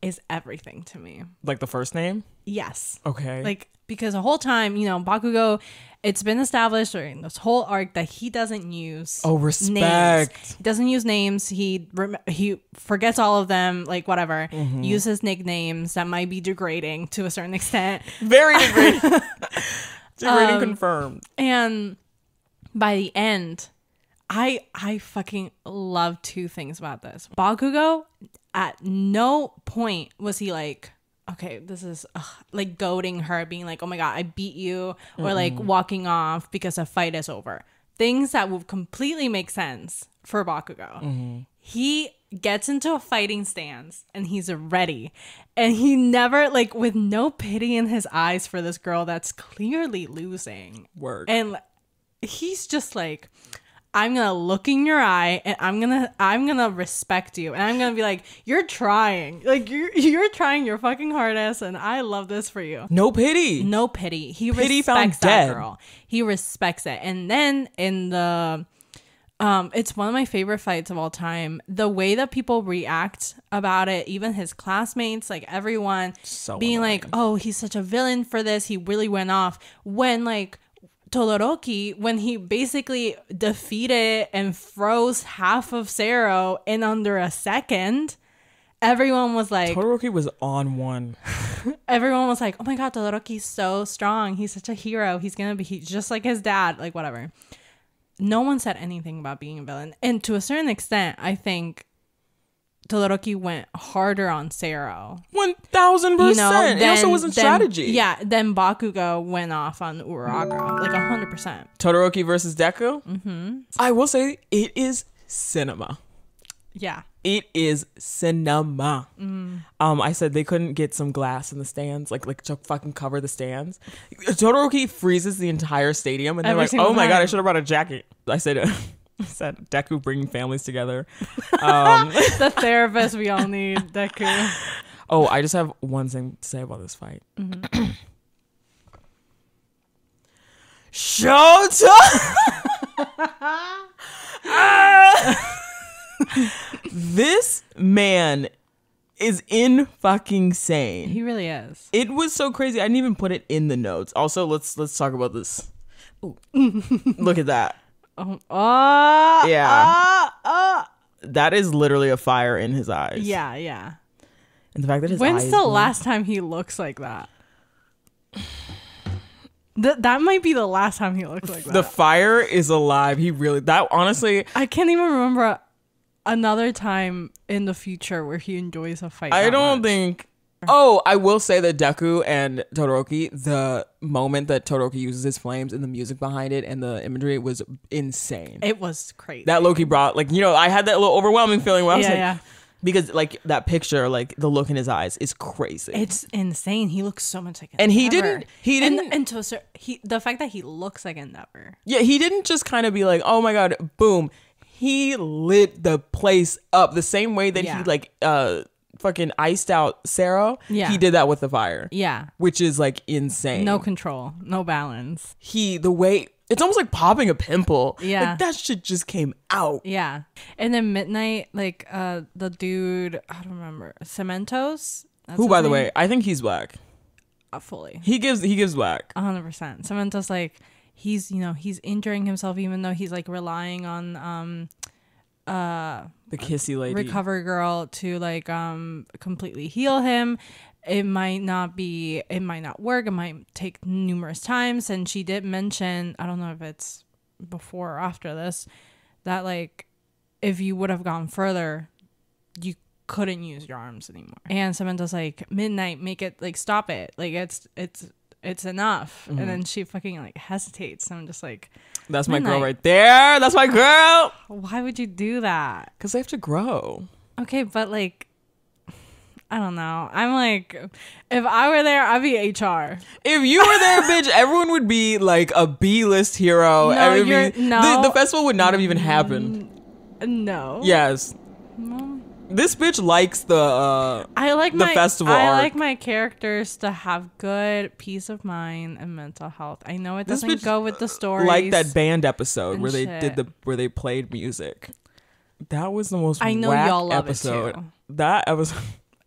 S2: is everything to me.
S1: like the first name.
S2: Yes.
S1: Okay.
S2: Like because the whole time, you know, Bakugo, it's been established during this whole arc that he doesn't use
S1: Oh,
S2: Names.
S1: respect.
S2: He doesn't use names. He rem- he forgets all of them, like whatever.
S1: Mm-hmm.
S2: Uses nicknames that might be degrading to a certain [LAUGHS] extent.
S1: [LAUGHS] very degrading.
S2: [LAUGHS] Um,
S1: degrading confirmed.
S2: and by the end i i fucking love two things about this bakugo at no point was he like okay this is ugh, like goading her being like oh my god i beat you or like walking off because a fight is over things that would completely make sense for bakugo he gets into a fighting stance and he's ready and he never like with no pity in his eyes for this girl that's clearly losing
S1: Word.
S2: and he's just like i'm gonna look in your eye and i'm gonna i'm gonna respect you and i'm gonna be like you're trying like you're [LAUGHS] you're trying your fucking hardest and i love this for you
S1: no pity.
S2: no pity he
S1: Pity found
S2: respects that
S1: dead.
S2: girl he respects it and then in the um it's one of my favorite fights of all time the way that people react about it even his classmates like everyone
S1: So
S2: being like oh he's such a villain for this he really went off when like Todoroki, when he basically defeated and froze half of Sero in under a second, everyone was like,
S1: Todoroki was on one.
S2: everyone was like, "Oh my god, Todoroki's so strong. He's such a hero. He's gonna be he, just like his dad. Like whatever." No one said anything about being a villain, and to a certain extent, I think Todoroki went harder on Sero.
S1: One thousand
S2: You know,
S1: percent. It also
S2: than-
S1: wasn't
S2: than-
S1: strategy.
S2: Yeah, then Bakugo went off on Uraga like hundred percent.
S1: Todoroki versus Deku. Mm-hmm. I will say it is cinema.
S2: Yeah,
S1: It is cinema.
S2: Mm.
S1: Um, I said they couldn't get some glass in the stands, like like to fucking cover the stands. Todoroki freezes the entire stadium, and they're
S2: Every
S1: like,
S2: single
S1: "Oh my god, I
S2: time.
S1: should have brought a jacket." [LAUGHS] I said, I "said Deku bringing families together." Um, [LAUGHS]
S2: the therapist we all need, Deku.
S1: oh, I just have one thing to say about this fight.
S2: Mm-hmm.
S1: Show
S2: [LAUGHS]
S1: time. this man is in fucking sane.
S2: He really is.
S1: It was so crazy. I didn't even put it in the notes. Also, let's let's talk about this. Ooh. [LAUGHS] Look at that.
S2: Oh, oh
S1: Yeah.
S2: [LAUGHS] ah, ah.
S1: That is literally a fire in his eyes.
S2: yeah, yeah.
S1: And the fact that his
S2: When's
S1: eyes
S2: the
S1: blew-
S2: last time he looks like that? Th- that might be the last time he looked like that.
S1: the fire is alive. He really that honestly
S2: I can't even remember another time in the future where he enjoys a fight.
S1: I
S2: that
S1: don't
S2: much.
S1: think Oh, I will say that Deku and Todoroki, the moment that Todoroki uses his flames and the music behind it and the imagery was insane.
S2: it was crazy.
S1: that Loki brought like, you know, I had that little overwhelming feeling where I was
S2: Yeah,
S1: like
S2: yeah.
S1: because like that picture, like the look in his eyes is crazy.
S2: it's insane. He looks so much like an
S1: And he
S2: Endeavor.
S1: didn't- he
S2: And-
S1: didn't-
S2: and to a cer- he the fact that he looks like Endeavor.
S1: Yeah, he didn't just kind of be like, "Oh my god, boom." He lit the place up the same way that
S2: Yeah.
S1: he like uh fucking iced out Sarah.
S2: Yeah.
S1: He did that with the fire.
S2: Yeah.
S1: Which is like insane.
S2: No control, no balance.
S1: He the way it's almost like popping a pimple.
S2: Yeah.
S1: Like that shit just came out.
S2: Yeah. And then midnight, like uh the dude, I don't remember, Cementos. That's
S1: Who
S2: his
S1: by the
S2: name?
S1: way, I think he's whack.
S2: Uh, fully.
S1: He gives he gives whack.
S2: A hundred percent. Cemento's like he's you know he's injuring himself even though he's like relying on um uh
S1: The kissy lady.
S2: recover girl to like um completely heal him. It might not be it might not work. It might take numerous times. And she did mention I don't know if it's before or after this that like if you would have gone further you couldn't use your arms anymore. And Samantha's like, midnight, make it like stop it. Like it's it's it's enough. And then she fucking like hesitates. And I'm just like,
S1: That's my girl
S2: Midnight.
S1: right there. That's my girl.
S2: why would you do that?
S1: Cuz they have to grow.
S2: Okay, but like I don't know. I'm like, if I were there, I'd be HR.
S1: If you were
S2: [LAUGHS]
S1: there, bitch, everyone would be like a B list hero.
S2: No,
S1: Everyone would
S2: you're- no. Mm.
S1: The, the festival would not have even happened.
S2: No.
S1: Yes. This bitch likes the. Uh,
S2: I like
S1: the
S2: my
S1: festival
S2: I
S1: arc.
S2: like my characters to have good peace of mind and mental health. I know it
S1: This
S2: doesn't
S1: bitch, uh,
S2: go with the stories.
S1: like that band episode
S2: and
S1: where they
S2: shit.
S1: did the where they played music. That was the most
S2: I know
S1: whack
S2: y'all love it,
S1: episode.
S2: too.
S1: That episode.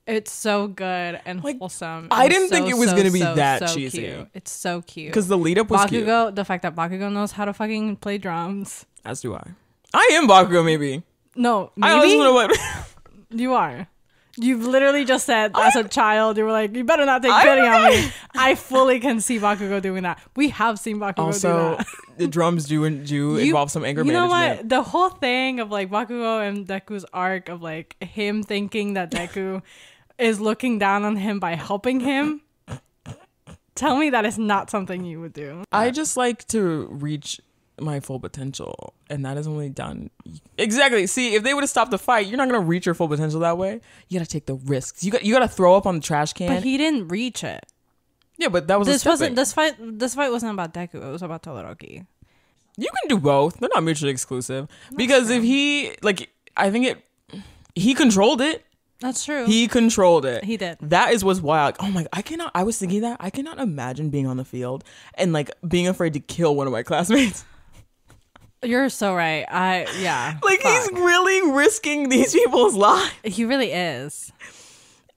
S2: It's so good and
S1: Like,
S2: wholesome.
S1: I
S2: and
S1: didn't think
S2: so,
S1: it was
S2: so,
S1: gonna be
S2: so,
S1: that
S2: so
S1: cheesy.
S2: Cute. It's so cute.
S1: because the lead up was cute.
S2: Bakugo, the fact that Bakugo knows how to fucking play drums.
S1: As do I. I am Bakugo. Maybe.
S2: No,
S1: I always
S2: maybe
S1: [LAUGHS]
S2: [LAUGHS]
S1: want to.
S2: you are. You've literally just said as a child you were like, you better not take
S1: I
S2: pity
S1: don't
S2: on me. I fully can see Bakugo doing that. We have seen Bakugo do
S1: also,
S2: that.
S1: the drums do and do
S2: You-
S1: involve some anger
S2: you
S1: management.
S2: know what? The whole thing of like Bakugo and Deku's arc of like him thinking that Deku [LAUGHS] is looking down on him by helping him. Tell me that is not something you would do.
S1: I just like to reach my full potential, and that is only done. Exactly. See, if they would have stopped the fight, you're not gonna reach your full potential that way. You gotta take the risks. You got you gotta throw up on the trash can.
S2: But he didn't reach it.
S1: yeah, but that was a
S2: This
S1: step
S2: wasn't
S1: in.
S2: this fight. This fight wasn't about Deku. It was about Todoroki.
S1: You can do both. They're not mutually exclusive because if he like, I think it. He controlled it.
S2: That's true.
S1: He controlled it.
S2: He did.
S1: That is what's wild. Oh my! I cannot. I was thinking that I cannot imagine being on the field and like being afraid to kill one of my classmates. [LAUGHS]
S2: You're so right. I yeah.
S1: Like he's
S2: fuck.
S1: really risking these people's [LAUGHS] lives.
S2: he really is.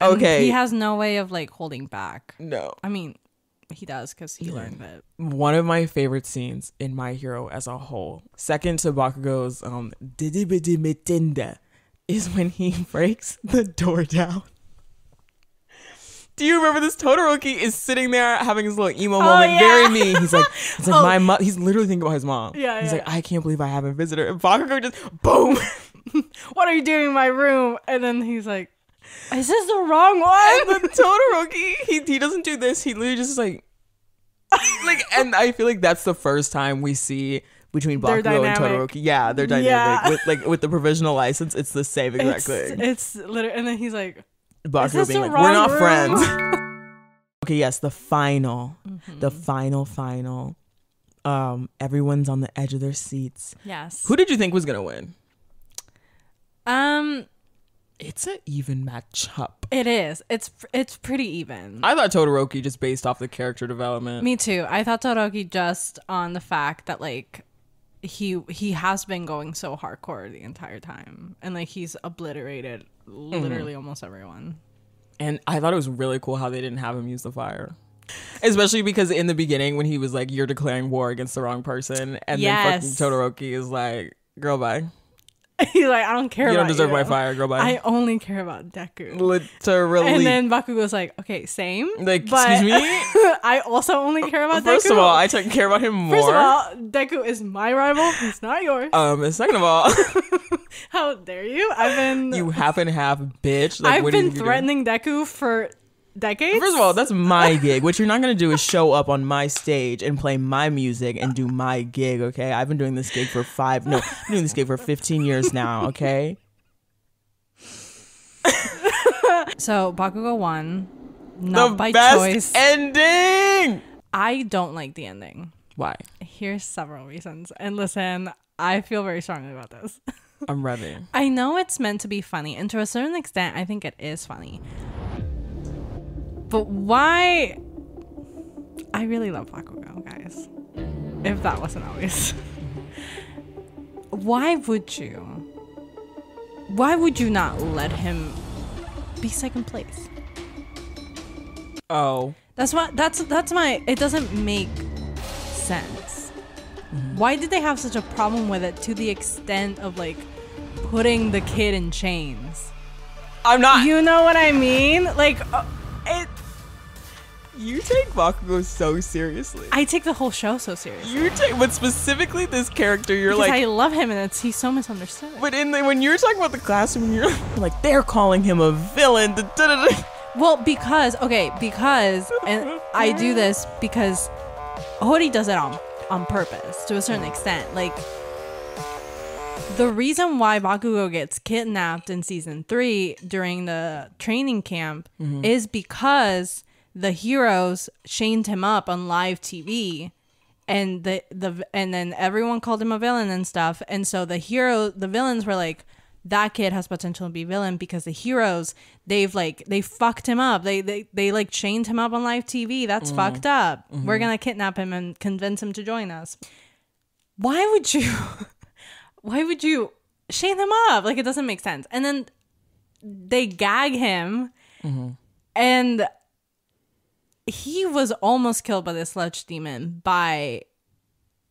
S1: Okay.
S2: He has no way of like holding back.
S1: no.
S2: I mean, he does because he learned it.
S1: One of my favorite scenes in My Hero as a whole, second to Bakugo's um "Didibidimitinde," is when he [LAUGHS] breaks the door down. Do you remember this? Todoroki is sitting there having his little emo moment,
S2: Oh, yeah.
S1: very me. He's
S2: [LAUGHS]
S1: like, he's like
S2: Oh.
S1: my mom. He's literally thinking about his mom.
S2: Yeah,
S1: He's
S2: yeah,
S1: like, I can't believe I have a visitor. And Bakugo just boom. [LAUGHS]
S2: what are you doing in my room? And then he's like, is this the wrong one? [LAUGHS]
S1: and then Todoroki, he, he doesn't do this. He literally just is like, like, and I feel like that's the first time we see between
S2: Their
S1: Bakugo and
S2: dynamic.
S1: Todoroki. Yeah, they're dynamic.
S2: Yeah.
S1: With, like with the provisional license, it's the same exact thing.
S2: It's, it's literally, and then he's like, is
S1: Bakugo
S2: this
S1: being
S2: the
S1: like,
S2: wrong
S1: we're not
S2: room?" [LAUGHS]
S1: friends. okay, yes, the final,
S2: Mm-hmm.
S1: the final, final. Um, everyone's on the edge of their seats.
S2: Yes.
S1: Who did you think was gonna win?
S2: um,
S1: It's an even matchup.
S2: it is. It's it's pretty even.
S1: I thought Todoroki just based off the character development.
S2: Me too. I thought Todoroki just on the fact that like he he has been going so hardcore the entire time, and like he's obliterated
S1: Mm-hmm.
S2: literally almost everyone.
S1: And I thought it was really cool how they didn't have him use the fire. Especially because in the beginning when he was like, You're declaring war against the wrong person and then
S2: Yes.
S1: fucking Todoroki is like, Girl bye.
S2: [LAUGHS] he's like, I don't care.
S1: You don't
S2: about
S1: deserve my
S2: you.
S1: fire, girl bye.
S2: I only care about Deku.
S1: Literally
S2: And then Bakugo's like, okay, same.
S1: Like,
S2: but
S1: excuse
S2: [LAUGHS]
S1: me?
S2: I also only care about
S1: First
S2: Deku.
S1: of all, I took care about him more.
S2: First of all, Deku is my rival. He's not yours.
S1: um and second of all, [LAUGHS]
S2: How dare you? I've been
S1: you half and half bitch. Like
S2: I've
S1: what are
S2: been
S1: you doing?
S2: threatening Deku for decades.
S1: First of all, that's my gig. What you're not gonna do is show up on my stage and play my music and do my gig, okay? I've been doing this gig for five no, I'm doing this gig for fifteen years now, okay?
S2: so Bakugo won, not
S1: the
S2: by
S1: best
S2: choice.
S1: ending.
S2: I don't like the ending.
S1: Why?
S2: Here's several reasons. And listen, I feel very strongly about this.
S1: I'm ready.
S2: I know it's meant to be funny, and to a certain extent, I think it is funny. But why? I really love Bakugo, guys. If that wasn't obvious. why would you? Why would you not let him be second place?
S1: Oh,
S2: That's what. That's that's my. It doesn't make sense.
S1: Mm-hmm.
S2: Why did they have such a problem with it to the extent of like putting the kid in chains?
S1: I'm not. You,
S2: You know what I mean? Like, uh, it.
S1: take Bakugo so seriously.
S2: I take the whole show so seriously
S1: you take, but specifically this character, you're
S2: because
S1: like.
S2: I love him, and it's he's so misunderstood.
S1: but in the, when you're talking about the classroom, you're [LAUGHS] like they're calling him a villain. da- da- da- da.
S2: Well, because okay, because and I do this because Hori does it on on purpose to a certain extent. Like The reason why Bakugo gets kidnapped in season three during the training camp is because the heroes shamed him up on live TV, and the the and then everyone called him a villain and stuff. And so the hero, the villains were like, that kid has potential to be villain because the heroes they've like they fucked him up. They they they like chained him up on live TV. That's fucked up. We're gonna kidnap him and convince him to join us. Why would you? [LAUGHS] why would you shame him up? Like it doesn't make sense. And then they gag him,
S1: Mm-hmm.
S2: and he was almost killed by the sludge demon by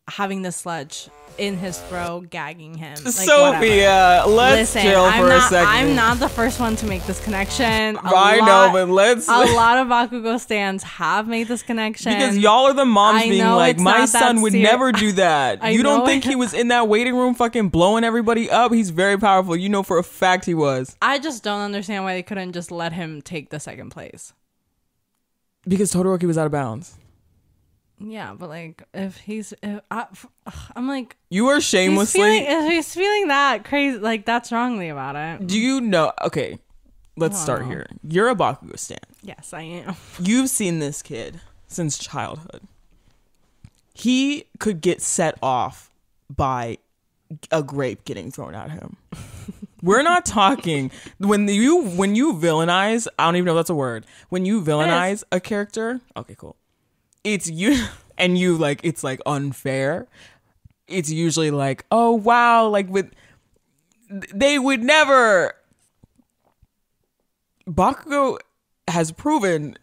S2: having the sludge in his throat, gagging him. Like, whatever.
S1: Sophia, let's
S2: Listen,
S1: chill
S2: I'm
S1: for
S2: not,
S1: a second.
S2: I'm not the first one to make this connection. A
S1: I know,
S2: lot-
S1: but [LAUGHS] let's
S2: a lot of Bakugo stands have made this connection
S1: because y'all are the moms
S2: I
S1: being
S2: know
S1: like,
S2: it's
S1: my
S2: not that
S1: son would
S2: seri-
S1: never
S2: [LAUGHS]
S1: do that.
S2: I
S1: you don't
S2: know
S1: think
S2: it.
S1: he was in that waiting room fucking blowing everybody up? He's very powerful. You know for a fact he was.
S2: I just don't understand why they couldn't just let him take the second place.
S1: Because Todoroki was out of bounds.
S2: Yeah, but like if he's, if I, am like
S1: You are
S2: he's
S1: shamelessly.
S2: feeling, if he's feeling that crazy, like that's wrongly about it.
S1: do you know? Okay, let's start
S2: Wow.
S1: here. You're a Bakugo stan.
S2: Yes, I am. [LAUGHS]
S1: You've seen this kid since childhood. He could get set off by a grape getting thrown at him. We're not talking when you when you villainize. I don't even know if that's a word. When you villainize a character, okay, cool. It's you [LAUGHS] and you like it's like unfair. It's usually like, oh wow, like with they would never. Bakugo has proven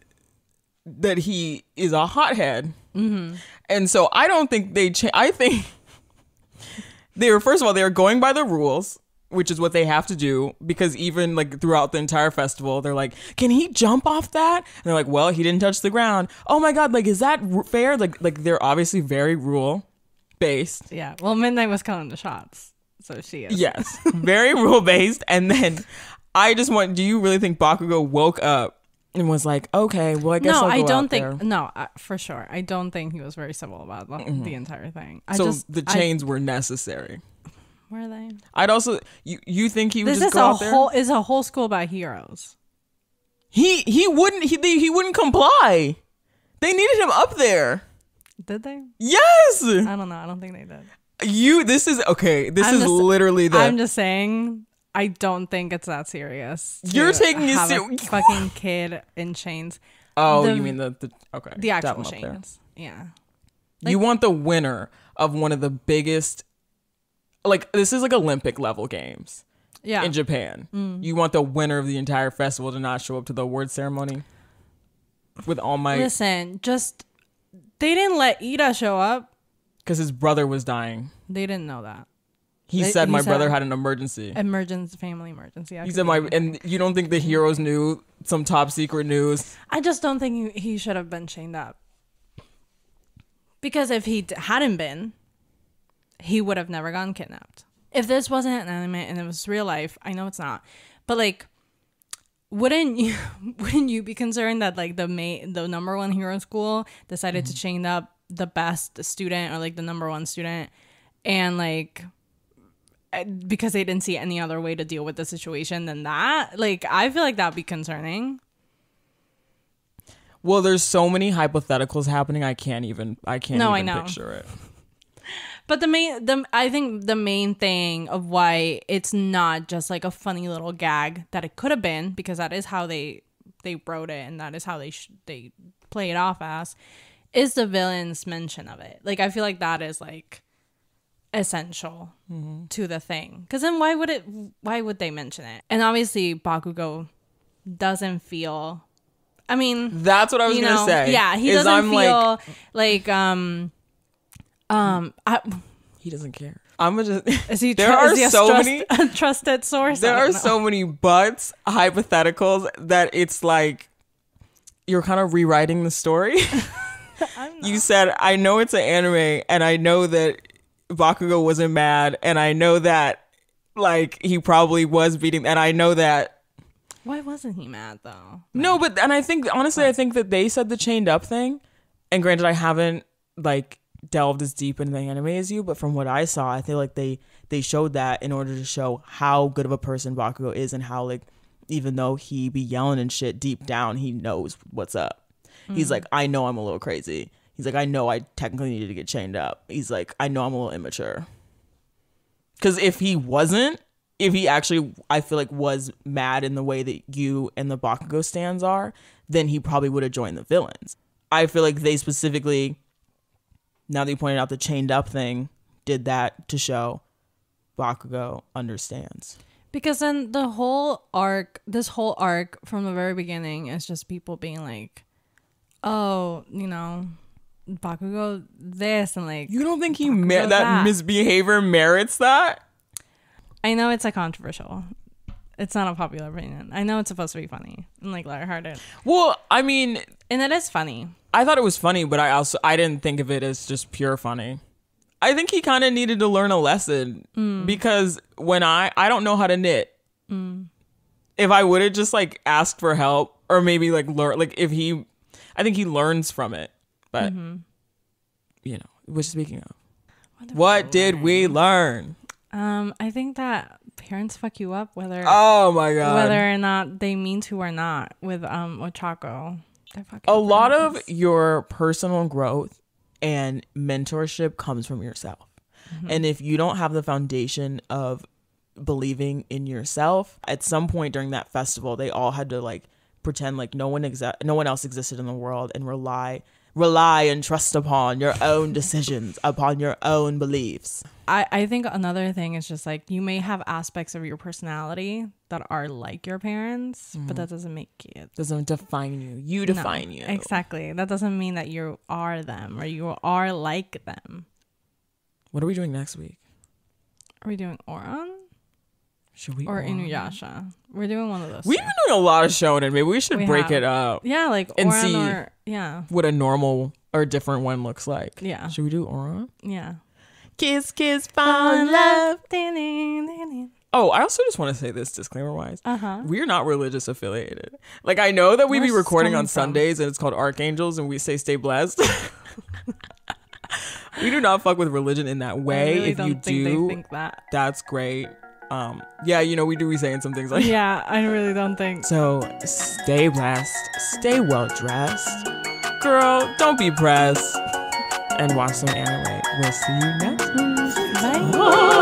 S1: that he is a hothead, Mm-hmm. and so I don't think they. Cha- I think [LAUGHS] they were first of all they were going by the rules which is what they have to do because even like throughout the entire festival they're like can he jump off that and they're like well he didn't touch the ground oh my god like is that r- fair like like they're obviously very rule based
S2: Yeah. Well, Midnight was calling the shots, so she is.
S1: Yes, [LAUGHS] very rule based. And then I just want. Do you really think Bakugo woke up and was like, okay, well, I guess
S2: No,
S1: I'll
S2: I
S1: go
S2: don't
S1: out
S2: think.
S1: there. Mm-hmm.
S2: No, I, for sure, I don't think he was very civil about the, the entire thing. I
S1: So
S2: just
S1: the
S2: I-
S1: chains were necessary.
S2: were they?
S1: I'd also you you think he would
S2: This
S1: just
S2: is
S1: go
S2: a
S1: out there?
S2: whole is a whole school about heroes.
S1: he he wouldn't he they- he wouldn't comply. They needed him up there.
S2: Did they?
S1: Yes,
S2: I don't know. I don't think they did.
S1: you. This is okay. This
S2: I'm
S1: is
S2: just-
S1: literally the.
S2: I'm just saying. I don't think it's that serious. to
S1: You're taking it
S2: have a
S1: seri-
S2: Fucking kid in chains.
S1: oh,
S2: the-
S1: you mean the, the okay
S2: The
S1: got
S2: actual
S1: him up there.
S2: chains. Yeah.
S1: you want the winner of one of the biggest, like this is like Olympic level games.
S2: Yeah. Mm.
S1: in Japan. You want the winner of the entire festival to not show up to the award ceremony with all my
S2: Listen, just they didn't let Ida show up.
S1: because his brother was dying.
S2: They didn't know that.
S1: He
S2: They-
S1: said
S2: he
S1: my
S2: said-
S1: brother had an emergency.
S2: Emergency, family emergency. I
S1: He
S2: could
S1: said
S2: be
S1: my
S2: wrong.
S1: and you don't think the heroes knew some top secret news?
S2: I just don't think he, he should have been chained up. Because if he d- hadn't been, he would have never gotten kidnapped. If this wasn't an anime and it was real life, I know it's not, but like, wouldn't you [LAUGHS] wouldn't you be concerned that like the main the number one hero in school decided to chain up the best student or like the number one student and like eh, because they didn't see any other way to deal with the situation than that like i feel like that would be concerning
S1: Well, there's so many hypotheticals happening. I can't even. I can't
S2: No, I
S1: even
S2: know.
S1: picture it.
S2: But the main, the I think the main thing of why it's not just like a funny little gag that it could have been because that is how they they wrote it and that is how they sh- they play it off as is the villain's mention of it. Like I feel like that is like essential
S1: Mm-hmm.
S2: to the thing because then why would it? Why would they mention it? And obviously Bakugo doesn't feel. I mean,
S1: That's what I was
S2: you
S1: gonna
S2: know,
S1: say.
S2: yeah, he
S1: is
S2: doesn't
S1: I'm like,
S2: feel like, um, um, I,
S1: he doesn't care. I'm gonna just.
S2: is he?
S1: [LAUGHS] there
S2: tru-
S1: are
S2: is he a
S1: so
S2: trust-
S1: many.
S2: [LAUGHS] a trusted source.
S1: There
S2: I
S1: are
S2: don't know.
S1: so many buts, hypotheticals that it's like you're kind of rewriting the story. [LAUGHS] you said, I know it's an anime, and I know that Bakugo wasn't mad, and I know that like he probably was beating, and I know that.
S2: Why wasn't he mad though?
S1: No, but and I think honestly, I think that they said the chained up thing, and granted, I haven't like delved as deep into the anime as you, but from what I saw, I feel like they they showed that in order to show how good of a person Bakugo is and how like even though he be yelling and shit deep down, he knows what's up. He's like, I know I'm a little crazy. He's like, I know I technically needed to get chained up. He's like, I know I'm a little immature. Because if he wasn't, if he actually, I feel like, was mad in the way that you and the Bakugo stands are, then he probably would have joined the villains. I feel like they specifically, now that you pointed out the chained up thing, did that to show Bakugo understands.
S2: Because then the whole arc, this whole arc from the very beginning is just people being like, oh, you know, Bakugo this and like,
S1: You don't think he mer- that,
S2: that.
S1: misbehavior merits that?
S2: I know it's a controversial. It's not a popular opinion. I know it's supposed to be funny and like lighthearted.
S1: Well, I mean,
S2: And it is funny.
S1: I thought it was funny, but I also I didn't think of it as just pure funny. I think he kind of needed to learn a lesson because when I I don't know how to knit. If I would have just like asked for help or maybe like learn like if he I think he learns from it. But you know, which speaking of. What, did we learn?
S2: Um, I think that parents fuck you up whether
S1: Oh my god.
S2: whether or not they mean to or not with um Ochako. They're fucking
S1: a lot of
S2: parents.
S1: your personal growth and mentorship comes from yourself. And if you don't have the foundation of believing in yourself, at some point during that festival, they all had to like pretend like no one exa- no one else existed in the world and rely rely and trust upon your [LAUGHS] own decisions, upon your own beliefs.
S2: I, I think another thing is just like you may have aspects of your personality that are like your parents, but that doesn't make it
S1: Doesn't define you. You
S2: No,
S1: Mm-hmm. define you.
S2: Exactly. That doesn't mean that you are them or you are like them.
S1: What are we doing next week?
S2: Are we doing Oron
S1: Should we
S2: or
S1: um,
S2: Inuyasha? We're doing one of those.
S1: We've
S2: two.
S1: been doing a lot of showing and maybe we should
S2: We
S1: break
S2: have.
S1: it up.
S2: Yeah, like
S1: And
S2: Oron
S1: see-
S2: or yeah,
S1: what a normal or different one looks like.
S2: Yeah.
S1: Should we do Aura?
S2: yeah.
S1: Kiss, kiss,
S2: Uh
S1: Oh, I also just want to say this disclaimer wise.
S2: huh.
S1: We're not religious affiliated. Like I know that we
S2: Uh-huh. Where's
S1: be
S2: this
S1: recording
S2: coming
S1: on
S2: from?
S1: Sundays and it's called Archangels and we say stay blessed. [LAUGHS] we do not fuck with religion in that way.
S2: I really
S1: if
S2: don't
S1: you
S2: think
S1: do,
S2: they think that.
S1: that's great. Um, yeah, you know, we do be saying some things like
S2: Yeah, I really don't
S1: [LAUGHS]
S2: think.
S1: So stay blessed, stay well dressed. Girl, don't be pressed. And watch some anime. We'll see you next week.
S2: Bye.
S1: [LAUGHS] Bye.